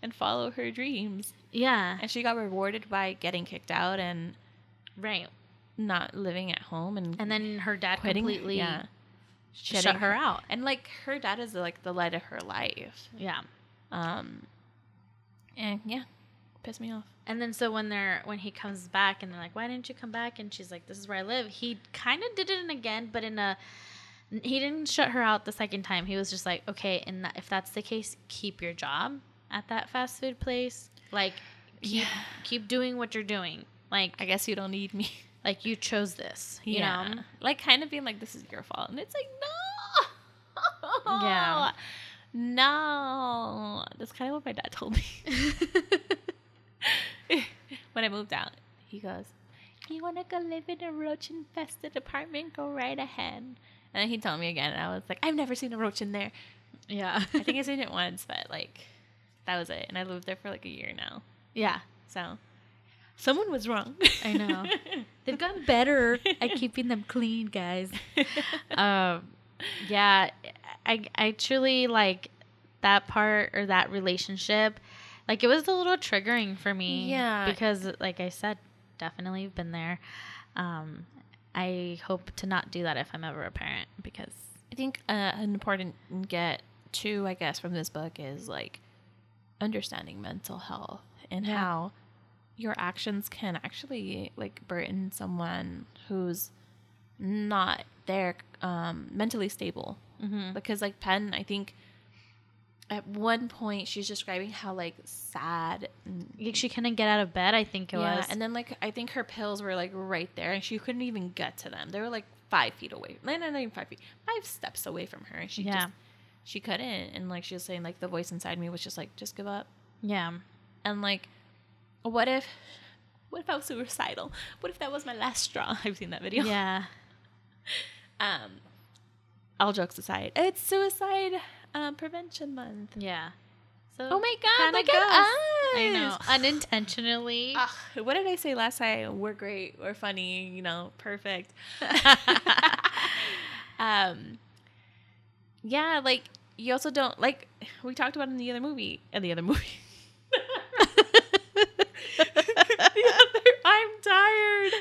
S2: and follow her dreams,
S1: Yeah.
S2: and she got rewarded by getting kicked out and
S1: right.
S2: not living at home and,
S1: And then her dad
S2: quitting.
S1: completely
S2: yeah.
S1: shut
S2: shutting
S1: her out.
S2: And like her dad is like the light of her life.
S1: Yeah.
S2: Um, and yeah, pissed me off.
S1: And then so when they're when he comes back and they're like, "Why didn't you come back?" and she's like, "This is where I live." He kind of did it again, but in a he didn't shut her out the second time. He was just like, "Okay, and that, if that's the case, keep your job at that fast food place. Like, keep
S2: Yeah.
S1: keep doing what you're doing. Like,
S2: I guess you don't need me.
S1: like you chose this. You know?
S2: like kind of being like, this is your fault, and it's like, no,
S1: Yeah.
S2: no. That's kind of what my dad told me when I moved out. He goes, "You want to go live in a roach-infested apartment? Go right ahead." And then he told me again, and I was like, "I've never seen a roach in there."
S1: Yeah.
S2: I think I've seen it once, but like, that was it. And I lived there for like a year now,
S1: yeah.
S2: so someone was wrong.
S1: I know. They've gotten better at keeping them clean, guys. um yeah i i truly like that part or that relationship like it was a little triggering for me
S2: Yeah.
S1: because like i said definitely been there um i hope to not do that if i'm ever a parent because
S2: I think uh, an important get too, I guess, from this book is like understanding mental health and
S1: Yeah.
S2: how your actions can actually like burden someone who's not there um, mentally stable.
S1: Mm-hmm.
S2: Because like Penn, I think at one point she's describing how like sad and
S1: like, she couldn't get out of bed i think it was
S2: and then like I think her pills were like right there, and she couldn't even get to them. They were like five feet away. No, no, not even five feet. Five steps away from her, and she
S1: Yeah.
S2: just she couldn't. And like she was saying, like the voice inside me was just like, just give up.
S1: yeah
S2: And like, what if, what if I was suicidal? What if that was my last straw? I've seen that video.
S1: yeah
S2: Um, all jokes aside, it's suicide um, prevention month.
S1: yeah so
S2: Oh my god,
S1: kinda
S2: look at
S1: goes.
S2: us!
S1: i know unintentionally
S2: Ugh, what did I say last night? We're great. We're funny. You know, perfect. um, yeah, like you also don't like we talked about in the other movie. In the other movie. The other- I'm tired.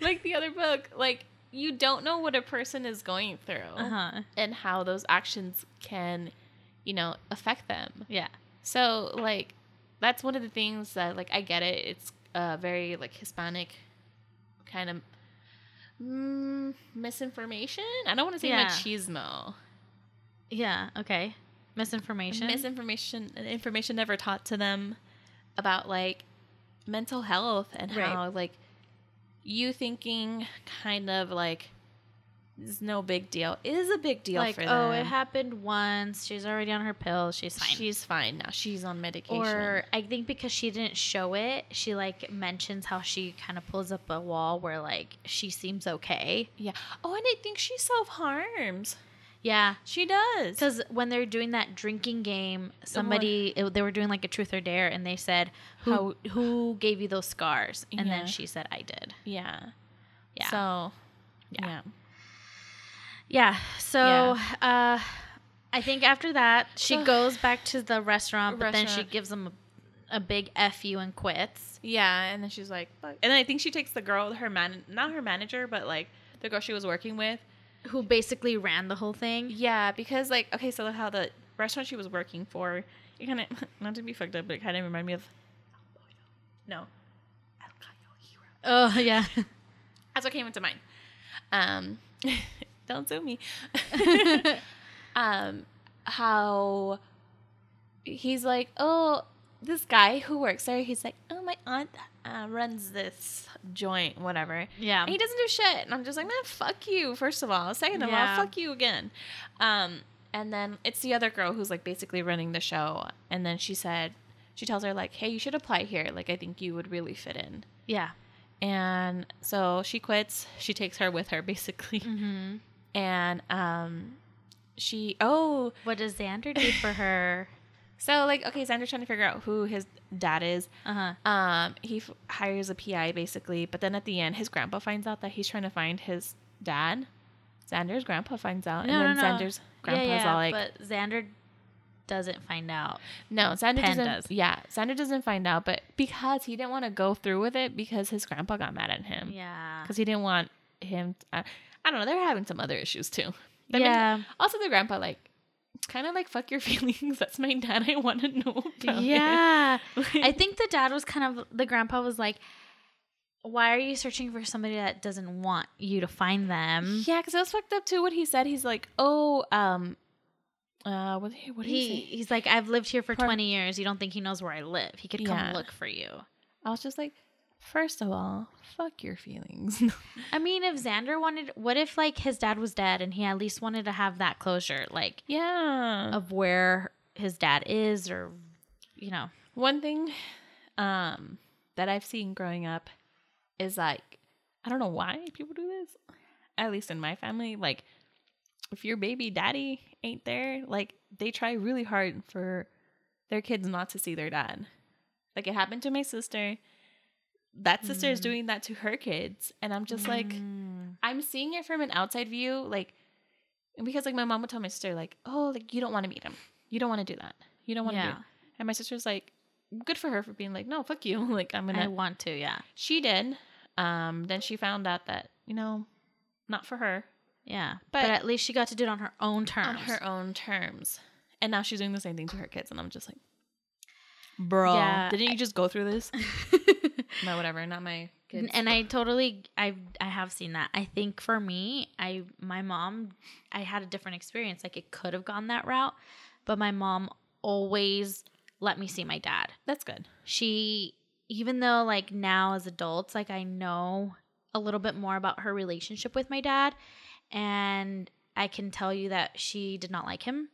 S2: Like the other book, like you don't know what a person is going through
S1: uh-huh
S2: and how those actions can, you know, affect them.
S1: yeah
S2: So like that's one of the things that like I get it. It's uh, very like Hispanic kind of mm, misinformation. I don't want to say
S1: Yeah.
S2: machismo.
S1: yeah okay misinformation
S2: Misinformation and information never taught to them about like mental health and
S1: Right.
S2: how like you thinking kind of like is no big deal is a big deal
S1: like,
S2: for them.
S1: oh, it happened once. She's already on her pills. She's fine.
S2: She's fine now. She's on medication.
S1: or I think because she didn't show it, she like mentions how she kind of pulls up a wall where like she seems okay.
S2: yeah. Oh, and I think she self harms.
S1: Yeah,
S2: She does.
S1: because when they're doing that drinking game, somebody it- they were doing like a truth or dare, and they said who
S2: How-
S1: who gave you those scars, and
S2: Yeah.
S1: then she said I did.
S2: Yeah.
S1: Yeah.
S2: So,
S1: Yeah.
S2: yeah.
S1: Yeah. So uh I think after that she goes back to the restaurant, but then she
S2: Restaurant.
S1: gives them a, a big F you and quits.
S2: Yeah. And then she's like, Fuck. and then I think she takes the girl, her man, not her manager, but like the girl she was working with.
S1: Who basically ran the whole thing.
S2: Yeah. Because, like, okay, so how the restaurant she was working for, it kind of, not to be fucked up, but it kind of reminded me of, no, El Coyote Hero.
S1: Oh yeah.
S2: That's what came into mind. Um, don't sue me. um, how he's like, oh, this guy who works there, he's like, oh, my aunt uh, runs this joint, whatever.
S1: yeah.
S2: And he doesn't do shit. And I'm just like, man, fuck you, first of all. Second of
S1: Yeah.
S2: all, fuck you again. Um, and then it's the other girl who's like basically running the show. And then she said, she tells her, like, hey, you should apply here. Like, I think you would really fit in.
S1: Yeah.
S2: And so she quits. She takes her with her, basically.
S1: Mm-hmm.
S2: And um, she, oh,
S1: What does Xander do for her?
S2: so like, okay, Xander's trying to figure out who his dad is.
S1: Uh huh.
S2: Um, he f- hires a PI, basically. But then at the end, his grandpa finds out that he's trying to find his dad. Xander's grandpa finds out. and then Xander's grandpa's all like,
S1: but Xander doesn't find out.
S2: No, Sandra
S1: Pen
S2: doesn't.
S1: does.
S2: Yeah, Sandra doesn't find out, but because he didn't want to go through with it because his grandpa got mad at
S1: Um,
S2: him
S1: Yeah.
S2: because he didn't want him. I, I don't know. They're having some other issues too. I mean,
S1: yeah.
S2: also, the grandpa like kind of like fuck your feelings. That's my dad. I want to know. About
S1: Yeah.
S2: It.
S1: I think the dad was kind of the grandpa was like, "Why are you searching for somebody that doesn't want you to find them?"
S2: Yeah, because I was fucked up too. What he said, he's like, "Oh, um, uh, what, did he- what did he,
S1: He
S2: say?
S1: he's like, "I've lived here for
S2: Poor-
S1: 20 years. You don't think he knows where I live? He could come
S2: Yeah.
S1: look for you."
S2: I was just like, first of all, fuck your feelings.
S1: I mean, if Xander wanted, what if like his dad was dead and he at least wanted to have that closure, like
S2: yeah.
S1: of where his dad is, or you know,
S2: One thing, um, that I've seen growing up is like, I don't know why people do this. At least in my family, like, if your baby daddy ain't there, like, they try really hard for their kids not to see their dad. Like, it happened to my sister. That sister is
S1: Mm.
S2: doing that to her kids, and I'm just like,
S1: Mm.
S2: I'm seeing it from an outside view, like and because like my mom would tell my sister, like, oh, like you don't want to meet him. You don't want to do that. You don't want to do
S1: Yeah.
S2: do and my sister's like, good for her for being like, no, fuck you. Like I'm
S1: I
S2: gonna
S1: want to, yeah,
S2: She did. Um, then she found out that, you know, not for her.
S1: yeah,
S2: But-
S1: but, at least she got to do it on her own terms.
S2: On her own terms. And now she's doing the same thing to her kids, and I'm just like Bro,
S1: Yeah,
S2: didn't you
S1: I-
S2: just go through this? no, whatever, not my kids.
S1: And I totally I I have seen that. I think for me, I my mom I had a different experience. Like it could have gone that route, but my mom always let me see my dad.
S2: that's good.
S1: She even though like now as adults, like I know a little bit more about her relationship with my dad and I can tell you that she did not like him.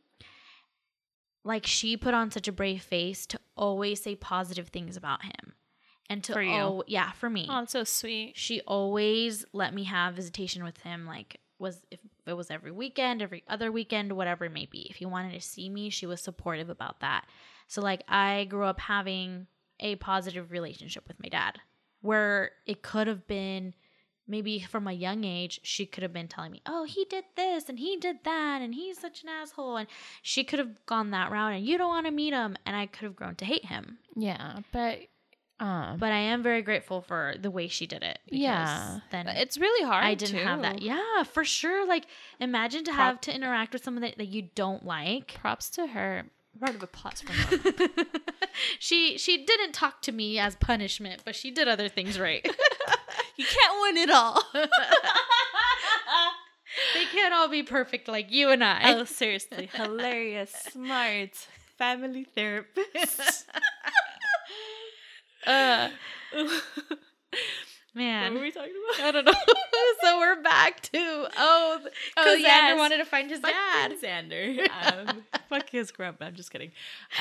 S1: Like she put on such a brave face to always say positive things about him. And to
S2: For you.
S1: al- yeah, for me
S2: Oh, that's so sweet.
S1: she always let me have visitation with him like was if it was every weekend every other weekend whatever it may be if he wanted to see me she was supportive about that so like i grew up having a positive relationship with my dad where it could have been maybe from a young age she could have been telling me oh he did this and he did that and he's such an asshole and she could have gone that route and you don't want to meet him and i could have grown to hate him
S2: Yeah, but um
S1: but i am very grateful for the way she did it because
S2: yeah,
S1: then
S2: it's really hard.
S1: I didn't have that.
S2: too.
S1: Yeah, for sure. Like, imagine to
S2: Prop-
S1: have to interact with someone that, that you don't like.
S2: Props to her. Round of applause for her.
S1: she she didn't talk to me as punishment, but she did other things right.
S2: you can't win it all.
S1: they can't all be perfect like you and I.
S2: oh, seriously, hilarious, smart, family therapist. uh, what were
S1: Man.
S2: we talking about?
S1: I don't know. so we're back to oh, because
S2: yes.
S1: Xander wanted to find his dad.
S2: Fuck Xander. Um, fuck his grandpa. I'm just kidding.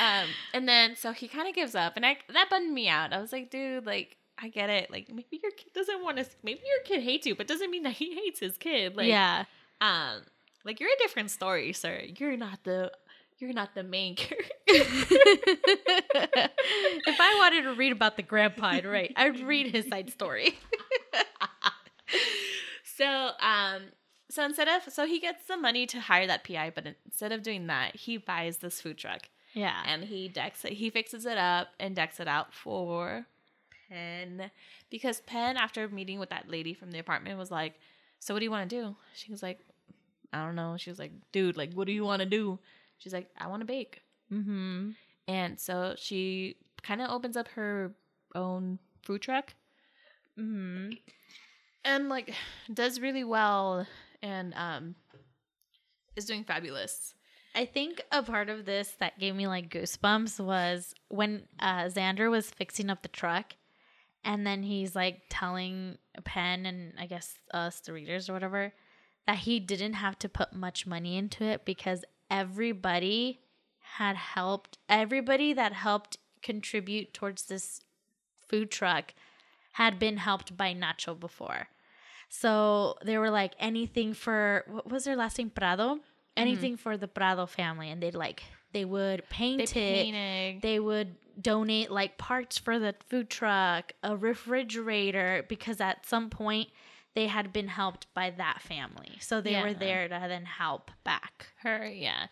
S2: Um, and then so he kind of gives up, and I that bummed me out. I was like, dude, like I get it. Like maybe your kid doesn't want to. Maybe your kid hates you, but doesn't mean that he hates his kid. Like
S1: yeah.
S2: um like you're a different story sir you're not the you're not the main character
S1: if I wanted to read about the grandpa, I'd write. I'd read his side story.
S2: so um so instead of so he gets the money to hire that pi but instead of doing that he buys this food truck
S1: Yeah.
S2: and he decks it he fixes it up and decks it out for Penn because Penn after meeting with that lady from the apartment was like so what do you want to do she was like I don't know she was like dude like what do you want to do she's like I want to bake
S1: Mm-hmm.
S2: And so she kind of opens up her own food truck
S1: Mm-hmm.
S2: and like does really well and um is doing fabulous.
S1: I think a part of this that gave me like goosebumps was when uh, Xander was fixing up the truck, and then he's like telling Penn and I guess us, the readers or whatever, that he didn't have to put much money into it because everybody had helped. Everybody that helped contribute towards this food truck had been helped by Nacho before. So they were like anything for what was their last name Prado, anything for the Prado family, and they'd like they would paint it.
S2: painted.
S1: They would donate like parts for the food truck, a refrigerator, because at some point they had been helped by that family, so they
S2: Yeah.
S1: were there to then help back.
S2: her, yeah.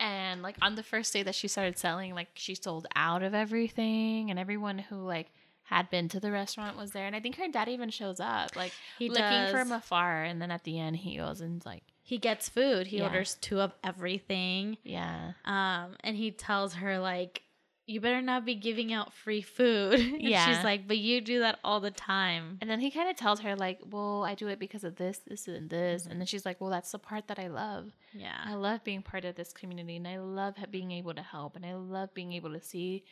S2: And like on the first day that she started selling, like she sold out of everything, and everyone who like had been to the restaurant was there. And I think her dad even shows up, like
S1: He
S2: looking
S1: does.
S2: from afar. And then at the end, he goes and's like,
S1: he gets food. He
S2: Yeah.
S1: orders two of everything.
S2: yeah,
S1: Um, and he tells her like, "You better not be giving out free food." And
S2: Yeah.
S1: she's like, "But you do that all the time."
S2: And then he kind of tells her, like, well, I do it because of this, this, and this.
S1: Mm-hmm.
S2: And then she's like, well, that's the part that I love.
S1: Yeah,
S2: I love being part of this community and I love ha- being able to help and I love being able to see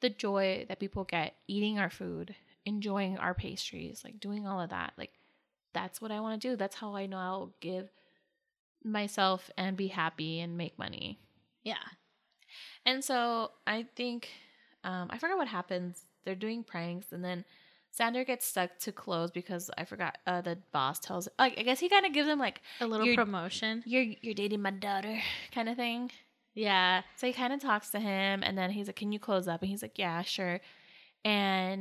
S2: the joy that people get eating our food, enjoying our pastries, like doing all of that. Like, that's what I want to do. That's how I know I'll give myself and be happy and make money.
S1: yeah,
S2: And so I think um, I forgot what happens. They're doing pranks, and then Sander gets stuck to close because I forgot. Uh, the boss tells. Like, I guess he kind of gives him like
S1: a little
S2: You're-
S1: promotion.
S2: you're you're dating my daughter kind of thing.
S1: Yeah,
S2: So he kind of talks to him, and then he's like, "Can you close up?" And he's like, "Yeah, sure." And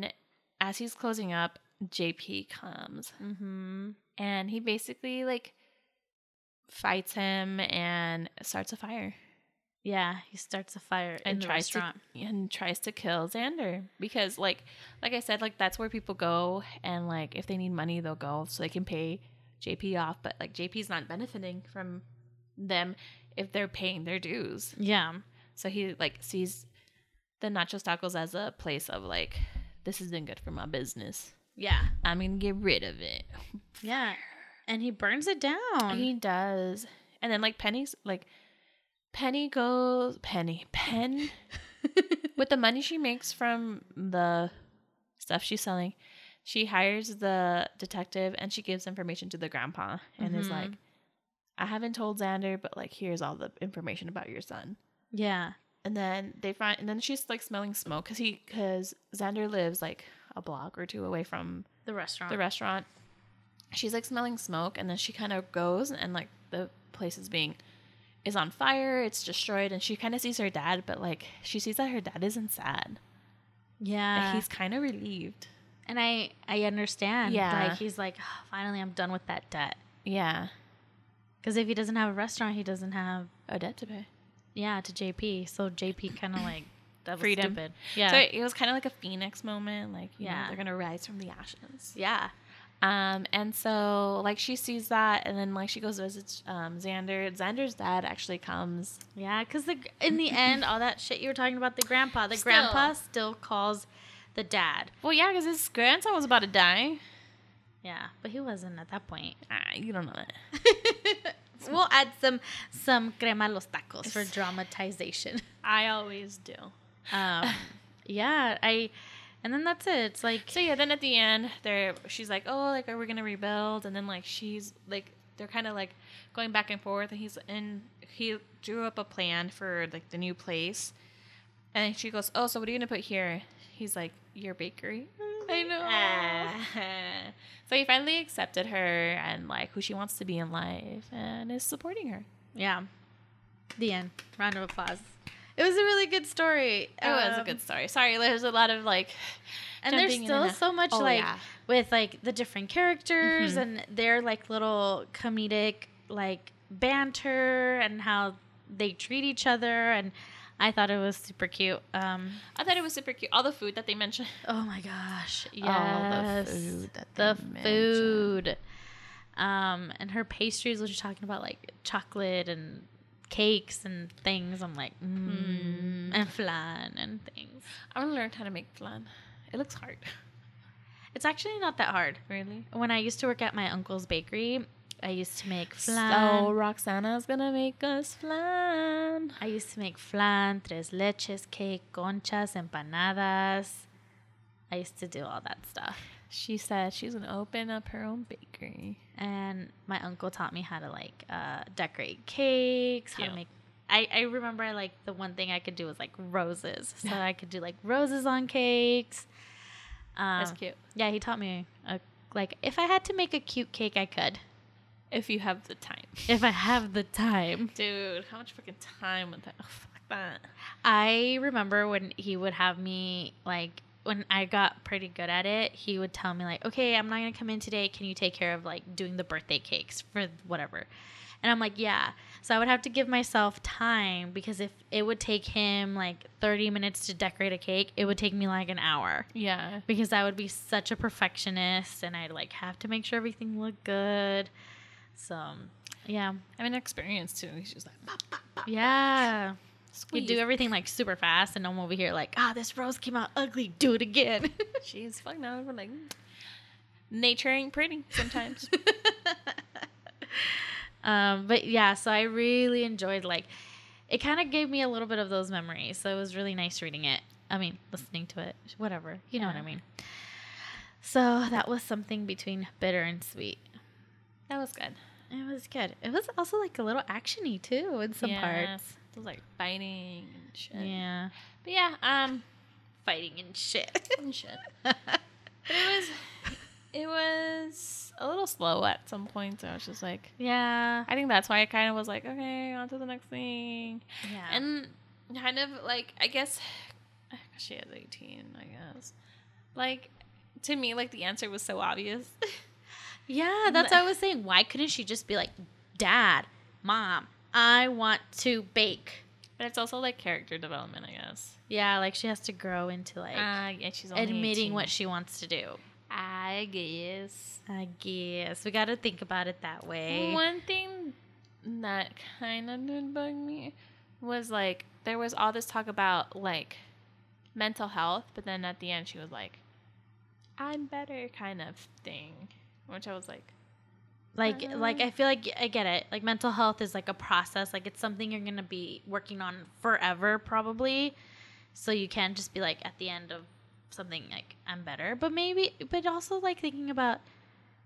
S2: as he's closing up, JP comes,
S1: mm-hmm.
S2: and he basically like fights him and starts a fire.
S1: yeah. He starts a fire in
S2: And
S1: the
S2: tries to-
S1: restaurant.
S2: and tries to kill Xander because like like I said like that's where people go and like if they need money they'll go so they can pay JP off but like JP's not benefiting from them if they're paying their dues.
S1: yeah,
S2: So he like sees the nachos tacos as a place of like this isn't good for my business.
S1: yeah,
S2: I'm going to get rid of it.
S1: yeah. And he burns it down.
S2: He does. And then like Penny's like Penny goes Penny Pen with the money she makes from the stuff she's selling, she hires the detective and she gives information to the grandpa and is
S1: Mhm.
S2: like, I haven't told Xander, but like here's all the information about your son.
S1: yeah,
S2: And then they find, and then she's like smelling smoke because he, because Xander lives like a block or two away from
S1: the restaurant.
S2: the restaurant. She's like smelling smoke, and then she kind of goes, and like the place is being is on fire. It's destroyed, and she kind of sees her dad, but like she sees that her dad isn't sad.
S1: yeah,
S2: That he's kind of relieved.
S1: and I I understand.
S2: Yeah.
S1: like he's like, "Oh, finally, I'm done with that debt.
S2: Yeah,
S1: Because if he doesn't have a restaurant, he doesn't have
S2: a debt Oh, to pay.
S1: yeah to JP. So JP kind of like that was
S2: Freedom.
S1: stupid. Yeah,
S2: So it was kind of like a phoenix moment, like you
S1: Yeah.
S2: know, they're gonna rise from the ashes.
S1: yeah,
S2: Um, and so like she sees that, and then like she goes visits um Xander. Xander's dad actually comes.
S1: yeah. Because the in the end, all that shit you were talking about the grandpa, the
S2: Still.
S1: grandpa still calls the dad.
S2: Well, yeah, because his grandson was about to die.
S1: Yeah, but he wasn't at that point.
S2: Ah, you don't know that.
S1: we'll add some some crema los tacos for dramatization.
S2: I always do.
S1: Um, yeah, I, and then that's it. It's like
S2: So yeah, then at the end, they're she's like, oh, like are we gonna rebuild? And then like she's like they're kind of like going back and forth, and he's and he drew up a plan for like the new place, and she goes, oh, so what are you gonna put here? He's like, your bakery.
S1: I
S2: Ah. so he finally accepted her and like who she wants to be in life and is supporting her.
S1: Yeah. The end. Round of applause. It was a really good story.
S2: It was a
S1: Um,
S2: good story. Sorry, there's a lot of like,
S1: And there's
S2: jumping in
S1: still
S2: and out.
S1: so much
S2: Oh,
S1: like
S2: yeah. Mm-hmm.
S1: with like the different characters and their like little comedic like banter and how they treat each other and I thought it was super cute. Um
S2: I thought it was super cute. All the food that they mentioned.
S1: oh my gosh.
S2: All the
S1: Yes.
S2: food that
S1: the
S2: they mentioned.
S1: food. Um, and her pastries, when she's talking about like chocolate and cakes and things, I'm like, mm,
S2: Hmm.
S1: and flan and things.
S2: I want to learn how to make flan. It looks hard.
S1: It's actually not that hard.
S2: Really?
S1: When I used to work at my uncle's bakery, I used to make
S2: So
S1: flan.
S2: Roxana's gonna make us flan.
S1: I used to make flan, tres leches, cake, conchas, empanadas. I used to do all that stuff.
S2: She said she's gonna open up her own bakery.
S1: and my uncle taught me how to like uh, decorate cakes how
S2: Yeah.
S1: to make I, I remember like the one thing i could do was like roses so i could do like roses on cakes um,
S2: That's cute.
S1: yeah he taught me a, like if i had to make a cute cake i could
S2: If you have the time,
S1: if i have the time
S2: dude. How much fucking time with that? Oh, fuck that.
S1: i remember when he would have me like when I got pretty good at it, he would tell me like, "Okay, I'm not gonna come in today. Can you take care of like doing the birthday cakes for whatever?" And I'm like, "Yeah." So I would have to give myself time because if it would take him like 30 minutes to decorate a cake, it would take me like an hour
S2: Yeah.
S1: because I would be such a perfectionist and I'd like have to make sure everything looked good. So, yeah,
S2: I mean, experience too. She's just like, "Pop, pop, pop,
S1: yeah. You
S2: squeeze."
S1: do everything like super fast, and I'm over here like, ah, this rose came out ugly. Do it again.
S2: She's fucking now. We're like, nature ain't pretty sometimes.
S1: um, but yeah, so I really enjoyed like it kind of gave me a little bit of those memories. So it was really nice reading it. I mean, listening to it, whatever. You know what I
S2: Yeah.
S1: mean. So that was something between bitter and sweet.
S2: that was good.
S1: It was good. It was also like a little actiony too in some parts.
S2: Yes. It was like fighting and shit.
S1: Yeah.
S2: But yeah, um,
S1: Fighting and shit.
S2: and shit. But it was, it was a little slow at some points. I was just like,
S1: yeah.
S2: I think that's why I kind of was like, okay, on to the next thing.
S1: Yeah.
S2: And kind of like, I guess she is 18, I guess. Like, to me, like, the answer was so obvious.
S1: yeah, that's what I was saying. Why couldn't she just be like, Dad, Mom, I want to bake?
S2: but it's also like character development, I guess.
S1: Yeah, like she has to grow into like
S2: uh, yeah, she's only
S1: admitting
S2: 18.
S1: what she wants to do.
S2: I guess.
S1: I guess we got to think about it that way.
S2: One thing that kind of did bug me was like there was all this talk about like mental health, but then at the end she was like, "I'm better," kind of thing, which I was like,
S1: Like,
S2: Uh-huh.
S1: like I feel like I get it. Like mental health is like a process. Like it's something you're gonna be working on forever, probably. So you can't just be like at the end of something like I'm better, but maybe, but also like thinking about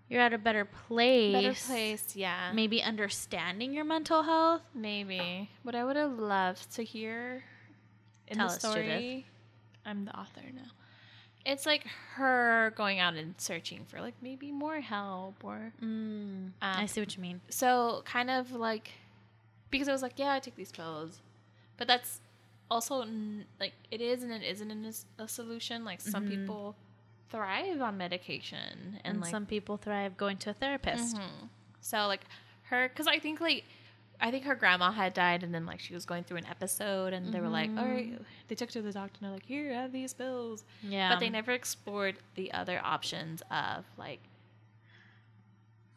S1: you're at a better place.
S2: "Better place," yeah,
S1: Maybe understanding your mental health.
S2: maybe. What I would have loved to hear in
S1: Tell
S2: the
S1: us, Judith.
S2: story. I'm the author now. It's like her going out and searching for like maybe more help or
S1: Mm, I see what you mean.
S2: so kind of like because I was like, yeah, I take these pills, but that's also n- like it is and it isn't an- a solution. Like some
S1: Mhm.
S2: people thrive on medication and,
S1: And,
S2: like
S1: some people thrive going to a therapist.
S2: Mhm. so like her because I think like I think her grandma had died and then like she was going through an episode and they were like,
S1: Mm-hmm.
S2: all right, they took her to the doctor and they're like, here, have these pills,
S1: Yeah,
S2: but they never explored the other options of like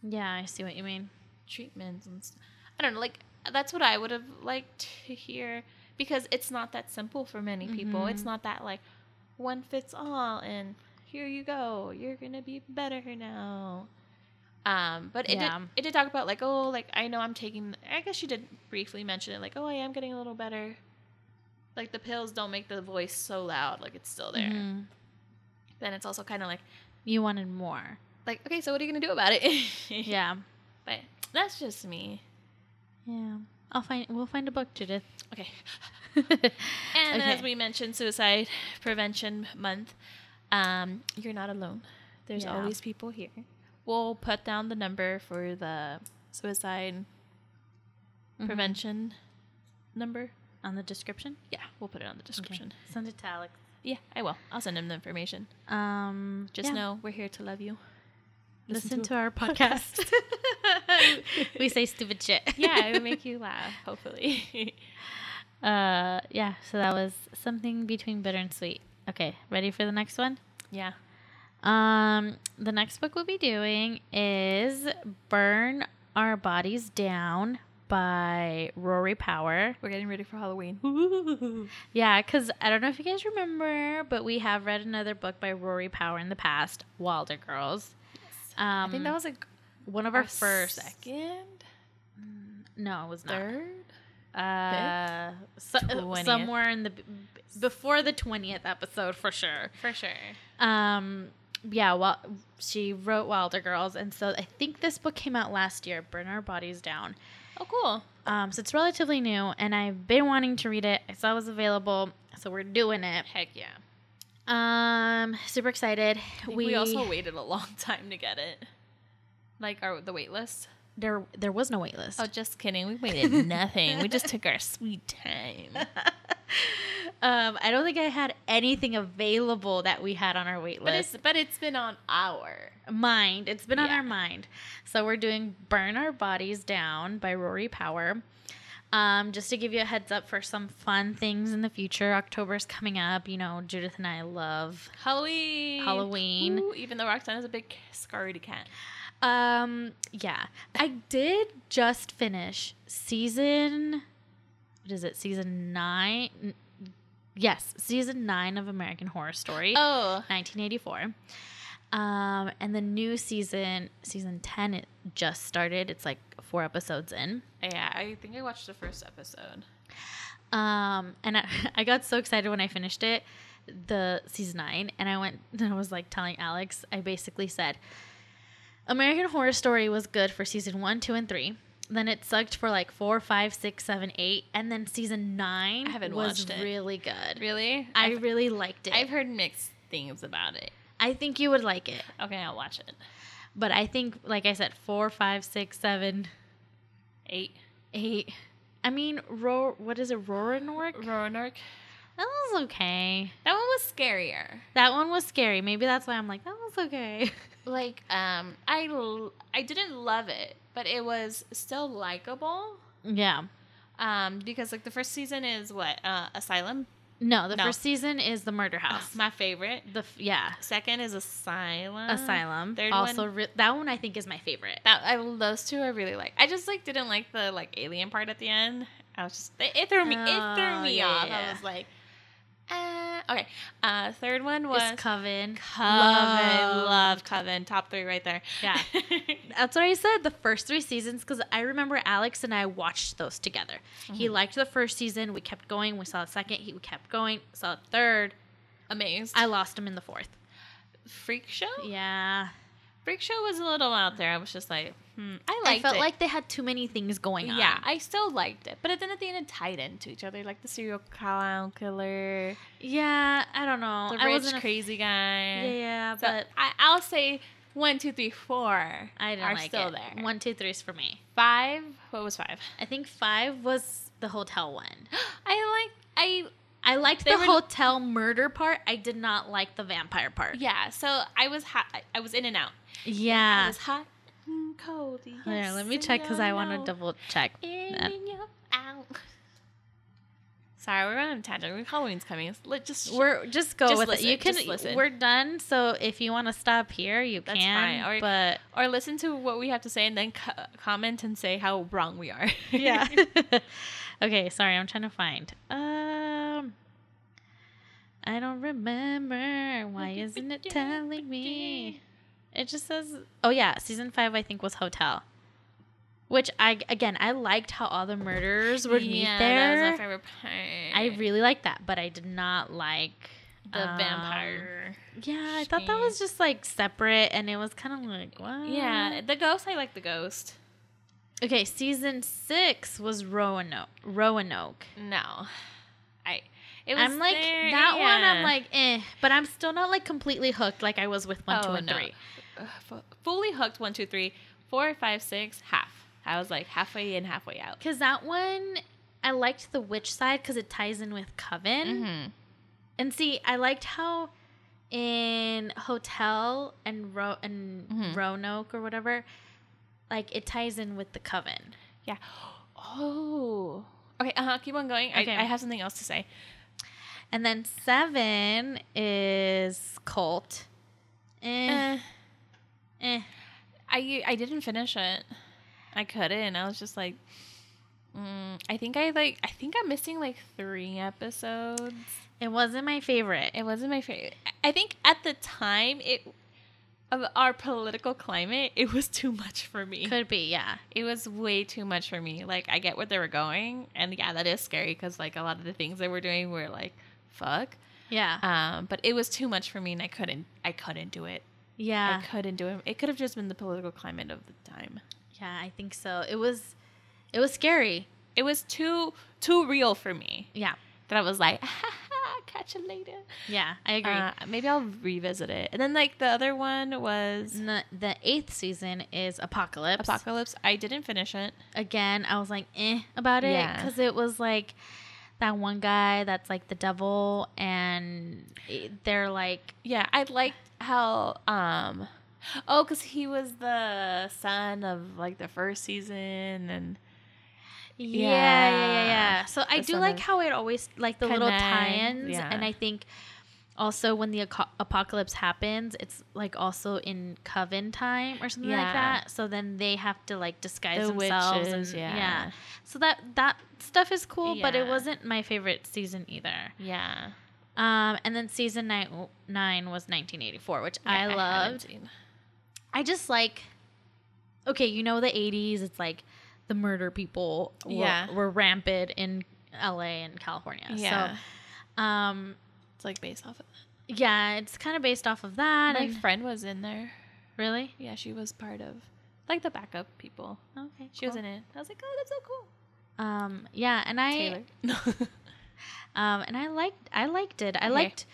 S1: Yeah, I see what you mean.
S2: treatments and st- I don't know, like that's what I would have liked to hear because it's not that simple for many people. It's not that like one fits all and here you go, you're gonna be better now. Um, but it
S1: Yeah.
S2: did, it did talk about like oh like I know I'm taking I guess she did briefly mention it like oh I am getting a little better. Like the pills don't make the voice so loud like it's still there.
S1: Mhm.
S2: Then it's also kind of like
S1: You wanted more.
S2: like okay so what are you gonna do about it?
S1: Yeah.
S2: but that's just me.
S1: Yeah. I'll find we'll find a book, Judith.
S2: Okay.
S1: and
S2: And as we mentioned, Suicide Prevention Month, um, you're not alone. There's
S1: Yeah.
S2: always people here. We'll put down the number for the suicide Mm-hmm. prevention number.
S1: Mm-hmm. on the description.
S2: Yeah, we'll put it on the description.
S1: Send it to Alex.
S2: Yeah, I will. I'll send him the information.
S1: Um
S2: Just
S1: yeah.
S2: know we're here to love you.
S1: Listen, to, our podcast. we say stupid shit.
S2: yeah, it will make you laugh, hopefully.
S1: Uh yeah, so that was something between bitter and sweet. Okay, ready for the next one?
S2: yeah.
S1: Um the next book we'll be doing is Burn Our Bodies Down by Rory Power.
S2: We're getting ready for Halloween.
S1: Yeah, because I don't know if you guys remember, but we have read another book by Rory Power in the past, Wilder Girls. Um,
S2: I think that was like
S1: one of our, first.
S2: second,
S1: No, it was not.
S2: third.
S1: Uh, so,
S2: 20th?
S1: somewhere in the b- b- before the twentieth episode for sure.
S2: For sure.
S1: Um, yeah, well, she wrote Wilder Girls, and so I think this book came out last year. Burn Our Bodies Down.
S2: Oh, cool.
S1: Um, so it's relatively new, and I've been wanting to read it. I saw it was available, so we're doing it.
S2: Heck yeah.
S1: Um, super excited.
S2: We, we also waited a long time to get it. Like our the wait list.
S1: there there was no wait list.
S2: Oh, just kidding. We waited nothing. we just took our sweet time.
S1: um, I don't think I had anything available that we had on our wait
S2: But
S1: list.
S2: it's but it's been on our.
S1: mind. It's been on
S2: Yeah.
S1: our mind. So we're doing Burn Our Bodies Down by Rory Power. Um, just to give you a heads up for some fun things in the future, October's coming up. You know, Judith and I love
S2: Halloween.
S1: Halloween.
S2: Ooh, even though Roxanne is a big scaredy cat.
S1: Um, yeah. I did just finish season what is it? Season 9. N- Yes, season 9 of American Horror Story,
S2: Oh.
S1: 1984. Um, and the new season, season 10 it just started. It's like 4 episodes in.
S2: Yeah, I think I watched the first episode.
S1: Um, and I, I got so excited when I finished it, the season nine, and I went and I was like telling Alex, I basically said, American Horror Story was good for season one, two, and three. Then it sucked for like four, five, six, seven, eight, and then season nine
S2: I haven't
S1: was
S2: watched it.
S1: really good.
S2: Really?
S1: I
S2: I've,
S1: really liked it.
S2: I've heard mixed things about it.
S1: I think you would like it,
S2: Okay, I'll watch it.
S1: but I think, like I said, four, five, six, seven,
S2: Eight.
S1: eight. I mean, ro- what is it, Roanoke?
S2: Roanoke.
S1: That was okay.
S2: That one was scarier.
S1: That one was scary. Maybe that's why I'm like, that was okay.
S2: Like, um, I l- I didn't love it, but it was still likable.
S1: Yeah.
S2: Um, because like the first season is what uh, Asylum,
S1: No, the
S2: No.
S1: first season is the murder
S2: Ugh,
S1: house.
S2: my favorite.
S1: the f- yeah,
S2: Second is Asylum.
S1: asylum.
S2: third
S1: also,
S2: one-
S1: re- that one I think is my favorite.
S2: That I those two I really like. I just like didn't like the like alien part at the end. I was just it, it threw me it threw
S1: Oh,
S2: me
S1: yeah,
S2: off.
S1: yeah.
S2: I was like, uh, okay. Uh, third one was
S1: was Coven.
S2: Love it, love Coven. Top three right there.
S1: Yeah. That's what I said. The first three seasons, because I remember Alex and I watched those together. He
S2: Mm-hmm.
S1: liked the first season. We kept going. We saw the second. He we kept going. Saw the third.
S2: Amazed.
S1: I lost him in the fourth.
S2: Freak Show.
S1: Yeah,
S2: Freak Show was a little out there. I was just like, hmm. I liked
S1: I felt
S2: it.
S1: like they had too many things going on.
S2: yeah, I still liked it. But then at the end, it tied into each other, like the serial clown killer,
S1: yeah. I don't know.
S2: the
S1: I
S2: rich
S1: wasn't a-
S2: crazy guy.
S1: yeah,
S2: So
S1: but
S2: I, I'll say one, two, three, four.
S1: I didn't
S2: are
S1: like
S2: still
S1: it.
S2: there.
S1: One, two, three's for me.
S2: five. What was five?
S1: I think five was the hotel one.
S2: I like I
S1: I liked
S2: They
S1: the
S2: were-
S1: hotel murder part. I did not like the vampire part.
S2: yeah. So I was hot. I, I was in and out. I
S1: Yeah.
S2: was hot and cold. Yes,
S1: Hold on, Ah. let me check because I want to
S2: double.
S1: double check.
S2: In
S1: that.
S2: and you're out. Sorry, we're on a tangent. Halloween's coming. Let's just
S1: We're just go
S2: Just
S1: with
S2: listen,
S1: it. You can.
S2: just listen.
S1: We're done. So if you want to stop here, you
S2: That's
S1: can.
S2: fine, or-
S1: but
S2: or listen to what we have to say and then co- comment and say how wrong we are.
S1: yeah. okay. Sorry, I'm trying to find. Um. I don't remember. Why isn't it telling me? It just says, oh yeah, season five I think was hotel, which I again I liked how all the murderers would meet there.
S2: That was my favorite part.
S1: I really liked that, but I did not like
S2: the
S1: um,
S2: vampire.
S1: Yeah, I thought that
S2: scene.
S1: was just like separate, and it was kind of like what?
S2: Yeah, the ghost. I like the ghost.
S1: Okay, season six was Roanoke. Roanoke.
S2: No, I. It was
S1: I'm like
S2: there,
S1: that one. I'm
S2: yeah.
S1: like eh, but I'm still not like completely hooked like I was with one, two,
S2: Oh,
S1: and
S2: no.
S1: three.
S2: Ugh, fu- fully hooked. One, two, three, four, five, six, half. I was like halfway in, halfway out.
S1: Because that one, I liked the witch side because it ties in with Coven.
S2: Mm-hmm.
S1: And see, I liked how in Hotel and Ro- and
S2: Mhm.
S1: Roanoke or whatever, like it ties in with the Coven.
S2: Yeah. Oh. Okay. Uh huh. Keep on going.
S1: Okay.
S2: I, I have something else to say.
S1: And then seven is Cult. Eh,
S2: Eh,
S1: eh.
S2: I I didn't finish it. I couldn't. I was just like. Mm, I think I like. I think I'm missing like three episodes.
S1: It wasn't my favorite.
S2: It wasn't my favorite. I I think at the time it of our political climate, it was too much for me.
S1: It could be, yeah.
S2: it was way too much for me. Like I get where they were going, and yeah, that is scary because like a lot of the things they were doing were like fuck.
S1: Yeah.
S2: Um, but it was too much for me, and I couldn't. I couldn't do it.
S1: yeah.
S2: I couldn't do it. It could have just been the political climate of the time.
S1: Yeah, I think so. It was it was scary.
S2: It was too too real for me
S1: Yeah.
S2: that I was like, catch you later.
S1: Yeah, I agree.
S2: Uh, maybe I'll revisit it. And then like the other one was
S1: And the, the eighth season is Apocalypse.
S2: Apocalypse. I didn't finish it.
S1: Again, I was like eh about it
S2: Yeah.
S1: because it was like that one guy that's like the devil, and it- they're like,
S2: Yeah, I liked how um oh cuz he was the son of like the first season and
S1: yeah, yeah, yeah, yeah.
S2: Yeah.
S1: So I
S2: The
S1: do
S2: son
S1: like
S2: of-
S1: how it always like the little
S2: Connect,
S1: tie-ins,
S2: yeah.
S1: and I think also when the aco- apocalypse happens, it's like also in coven time or something like
S2: Yeah.
S1: that. So then they have to like disguise
S2: the
S1: themselves.
S2: witches,
S1: and,
S2: yeah.
S1: yeah. So that that stuff is cool, but it
S2: Yeah.
S1: wasn't my favorite season either.
S2: Yeah.
S1: Um, and then season nine, nine was 1984, which I,
S2: haven't
S1: loved.
S2: seen.
S1: I just like, okay, you know the 80s. It's like the murder people were,
S2: Yeah.
S1: were rampant in L.A. and California.
S2: Yeah.
S1: So, um,
S2: it's like based off of that.
S1: yeah, it's kind of based off of that.
S2: My
S1: and-
S2: friend was in there.
S1: really?
S2: Yeah, she was part of like the backup people.
S1: Okay.
S2: She was in it. I was like, "Oh, that's so cool."
S1: Um, yeah, and I
S2: Taylor.
S1: um and i liked i liked it i
S2: Okay.
S1: liked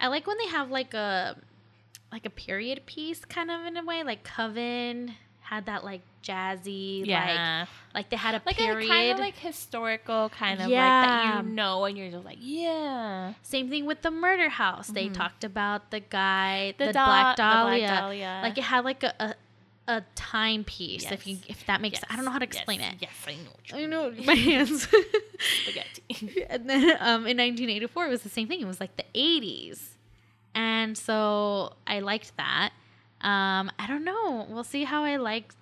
S1: i like when they have like a like a period piece kind of in a way like coven had that like jazzy like like they had a
S2: Like,
S1: period
S2: a kind of like historical kind of like
S1: Yeah.
S2: that you know and you're just like, "Yeah."
S1: same thing with the murder house they
S2: Mhm.
S1: talked about the guy the,
S2: do-
S1: black
S2: the Black
S1: dahlia
S2: Dahlia.
S1: like it had like a a, a time piece if you
S2: Yes.
S1: if that makes i don't know how to
S2: Yes.
S1: explain it
S2: Yes, I know. what you
S1: i know
S2: mean.
S1: my hands
S2: spaghetti.
S1: and then um, in 1984 it was the same thing it was like the 80s and so i liked that um, i don't know we'll see how i like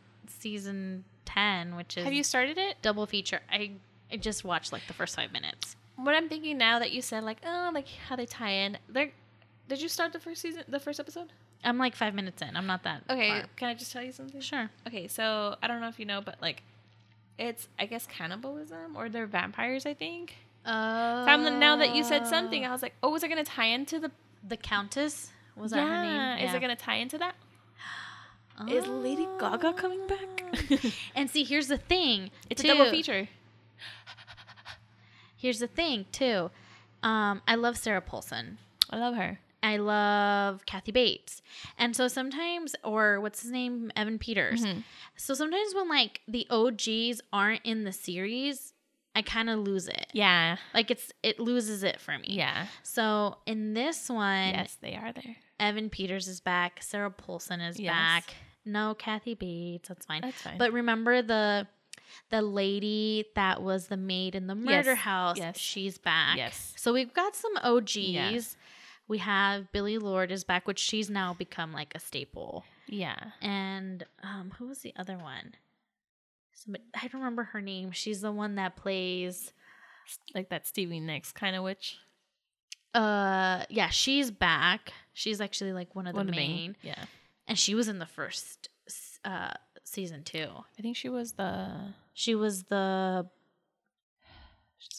S1: season 10 which is
S2: Have you started it?
S1: double feature I, I just watched like the first five minutes
S2: What I'm thinking now that you said like, oh, like how they tie in. Like, did you start the first season, the first episode?
S1: i'm like five minutes in i'm not that
S2: Okay,
S1: far.
S2: can I just tell you something?
S1: sure
S2: Okay, so I don't know if you know, but like, it's I guess cannibalism or they're vampires. I think.
S1: oh
S2: From the, now that you said something, I was like, oh, is it gonna tie into the?
S1: the countess was
S2: yeah,
S1: that her name
S2: Is it gonna tie into that?
S1: gonna
S2: Is Lady Gaga coming back?
S1: and see here's the thing
S2: it's a double
S1: too.
S2: feature.
S1: here's the thing too um, i love sarah paulson
S2: I love her.
S1: I love Kathy Bates. And so sometimes, or what's his name? Evan Peters.
S2: Mm-hmm.
S1: So sometimes when like the OGs aren't in the series, I kind of lose it.
S2: Yeah,
S1: Like it's, it loses it for me.
S2: yeah.
S1: So in this one,
S2: yes, they are there.
S1: Evan Peters is back. Sarah Paulson is
S2: Yes.
S1: back. No, Kathy Bates. That's fine.
S2: That's fine.
S1: But remember the, the lady that was the maid in the murder house.
S2: yes.
S1: She's back.
S2: Yes.
S1: So we've got some OGs.
S2: Yeah.
S1: We have Billy Lord is back, which she's now become like a staple.
S2: yeah.
S1: And um, who was the other one? Somebody, I don't remember her name. She's the one that plays.
S2: like that Stevie Nicks kind of witch.
S1: Uh, yeah, she's back. She's actually like one of the main,
S2: Yeah.
S1: and she was in the first s- uh season two.
S2: I think she was the.
S1: She was the.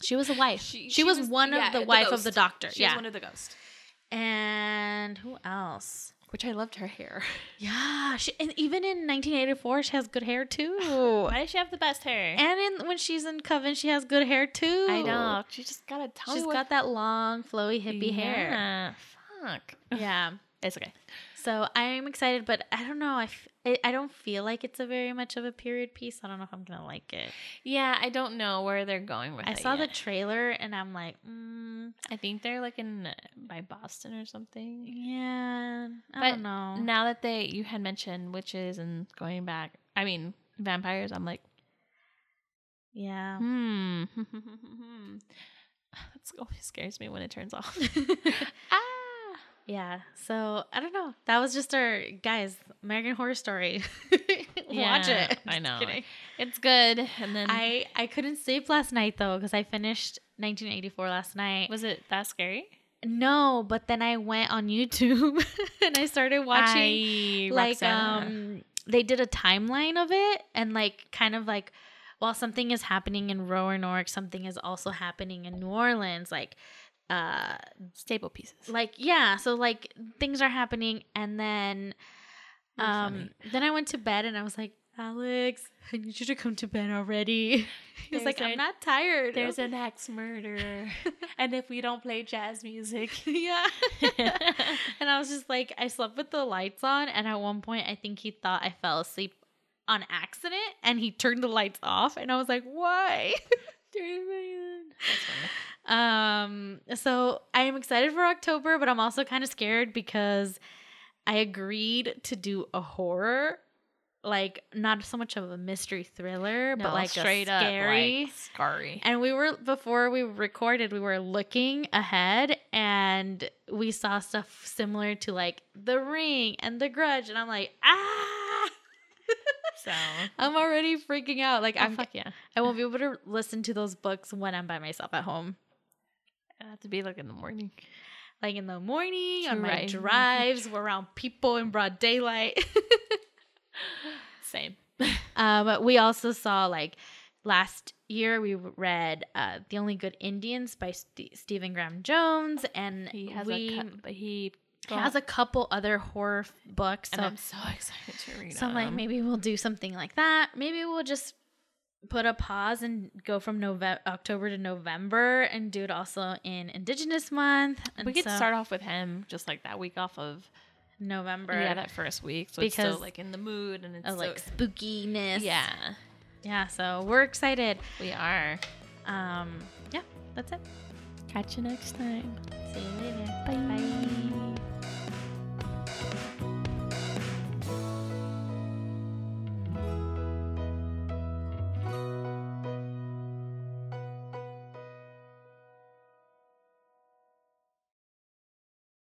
S1: She was the wife. She,
S2: She- she
S1: was,
S2: was-
S1: one
S2: yeah,
S1: of the
S2: the
S1: wife of
S2: ghost.
S1: the doctor.
S2: She
S1: yeah.
S2: was one of the ghosts.
S1: and who else?
S2: Which I loved her hair.
S1: Yeah, she, and even in 1984, she has good hair too.
S2: Why does she have the best hair?
S1: and in, when she's in Coven, she has good hair too.
S2: I know. She just got a tell
S1: she's
S2: me what
S1: got that long, flowy, hippie hair.
S2: Yeah, Fuck.
S1: Yeah.
S2: It's okay.
S1: So I'm excited, but I don't know. I, f- I I don't feel like it's a very much of a period piece. I don't know if I'm gonna like it.
S2: Yeah, I don't know where they're going with
S1: I
S2: it.
S1: saw the
S2: yet.
S1: trailer and I'm like, mm,
S2: I think they're like in uh, by Boston or something.
S1: yeah, I
S2: But
S1: don't know.
S2: Now that they you had mentioned witches and going back, I mean vampires. I'm like,
S1: yeah.
S2: hmm. That's always scares me when it turns off. ah.
S1: Yeah. So I don't know. That was just our guys American Horror Story. Watch
S2: Yeah,
S1: it.
S2: I know.
S1: kidding.
S2: It's good. And then
S1: I I couldn't sleep last night though because I finished 1984 last night.
S2: was it that scary?
S1: no, but then I went on YouTube and I started watching
S2: Watching
S1: like um they did a timeline of it and like kind of like while something is happening in Roanoke, something is also happening in New Orleans. Like uh
S2: staple pieces.
S1: like yeah so like things are happening and then
S2: That's
S1: um then i went to bed and i was like alex i need you to come to bed already he was
S2: There's
S1: like i'm
S2: an-
S1: not tired
S2: There's an ex murderer, and if we don't play jazz music,
S1: yeah and i was just like i slept with the lights on and at one point i think he thought i fell asleep on accident and he turned the lights off and i was like why
S2: Damon.
S1: um, so I am excited for October, but I'm also kind of scared because I agreed to do a horror, like not so much of a mystery thriller, but like straight a scary.
S2: up, like, scary.
S1: And we were before we recorded, we were looking ahead and we saw stuff similar to like The Ring and The Grudge, and I'm like, ah,
S2: So
S1: I'm already freaking out. Like
S2: i
S1: Oh I'm,
S2: fuck yeah.
S1: I won't be able to listen to those books when I'm by myself at home,
S2: I have to be like in the morning.
S1: like in the morning on my
S2: Right.
S1: drives, we're around people in broad daylight.
S2: Same.
S1: um, we also saw like last year we read uh, "The Only Good Indians" by St- Stephen Graham Jones, and
S2: He has
S1: we
S2: a cut, but he
S1: has a couple other horror f- books.
S2: and
S1: So,
S2: I'm so excited to read.
S1: so I'm like,
S2: them.
S1: maybe we'll do something like that. Maybe we'll just put a pause and go from November, October to November, and do it also in Indigenous Month. And
S2: we could
S1: so
S2: start off with him just like that week off of
S1: November.
S2: yeah that first week, so it's still
S1: Because
S2: like in the mood and it's
S1: of like
S2: so,
S1: spookiness.
S2: yeah
S1: Yeah. So we're excited.
S2: we are.
S1: Um, yeah, that's it.
S2: Catch you next time.
S1: See you later.
S2: Bye.
S1: Bye.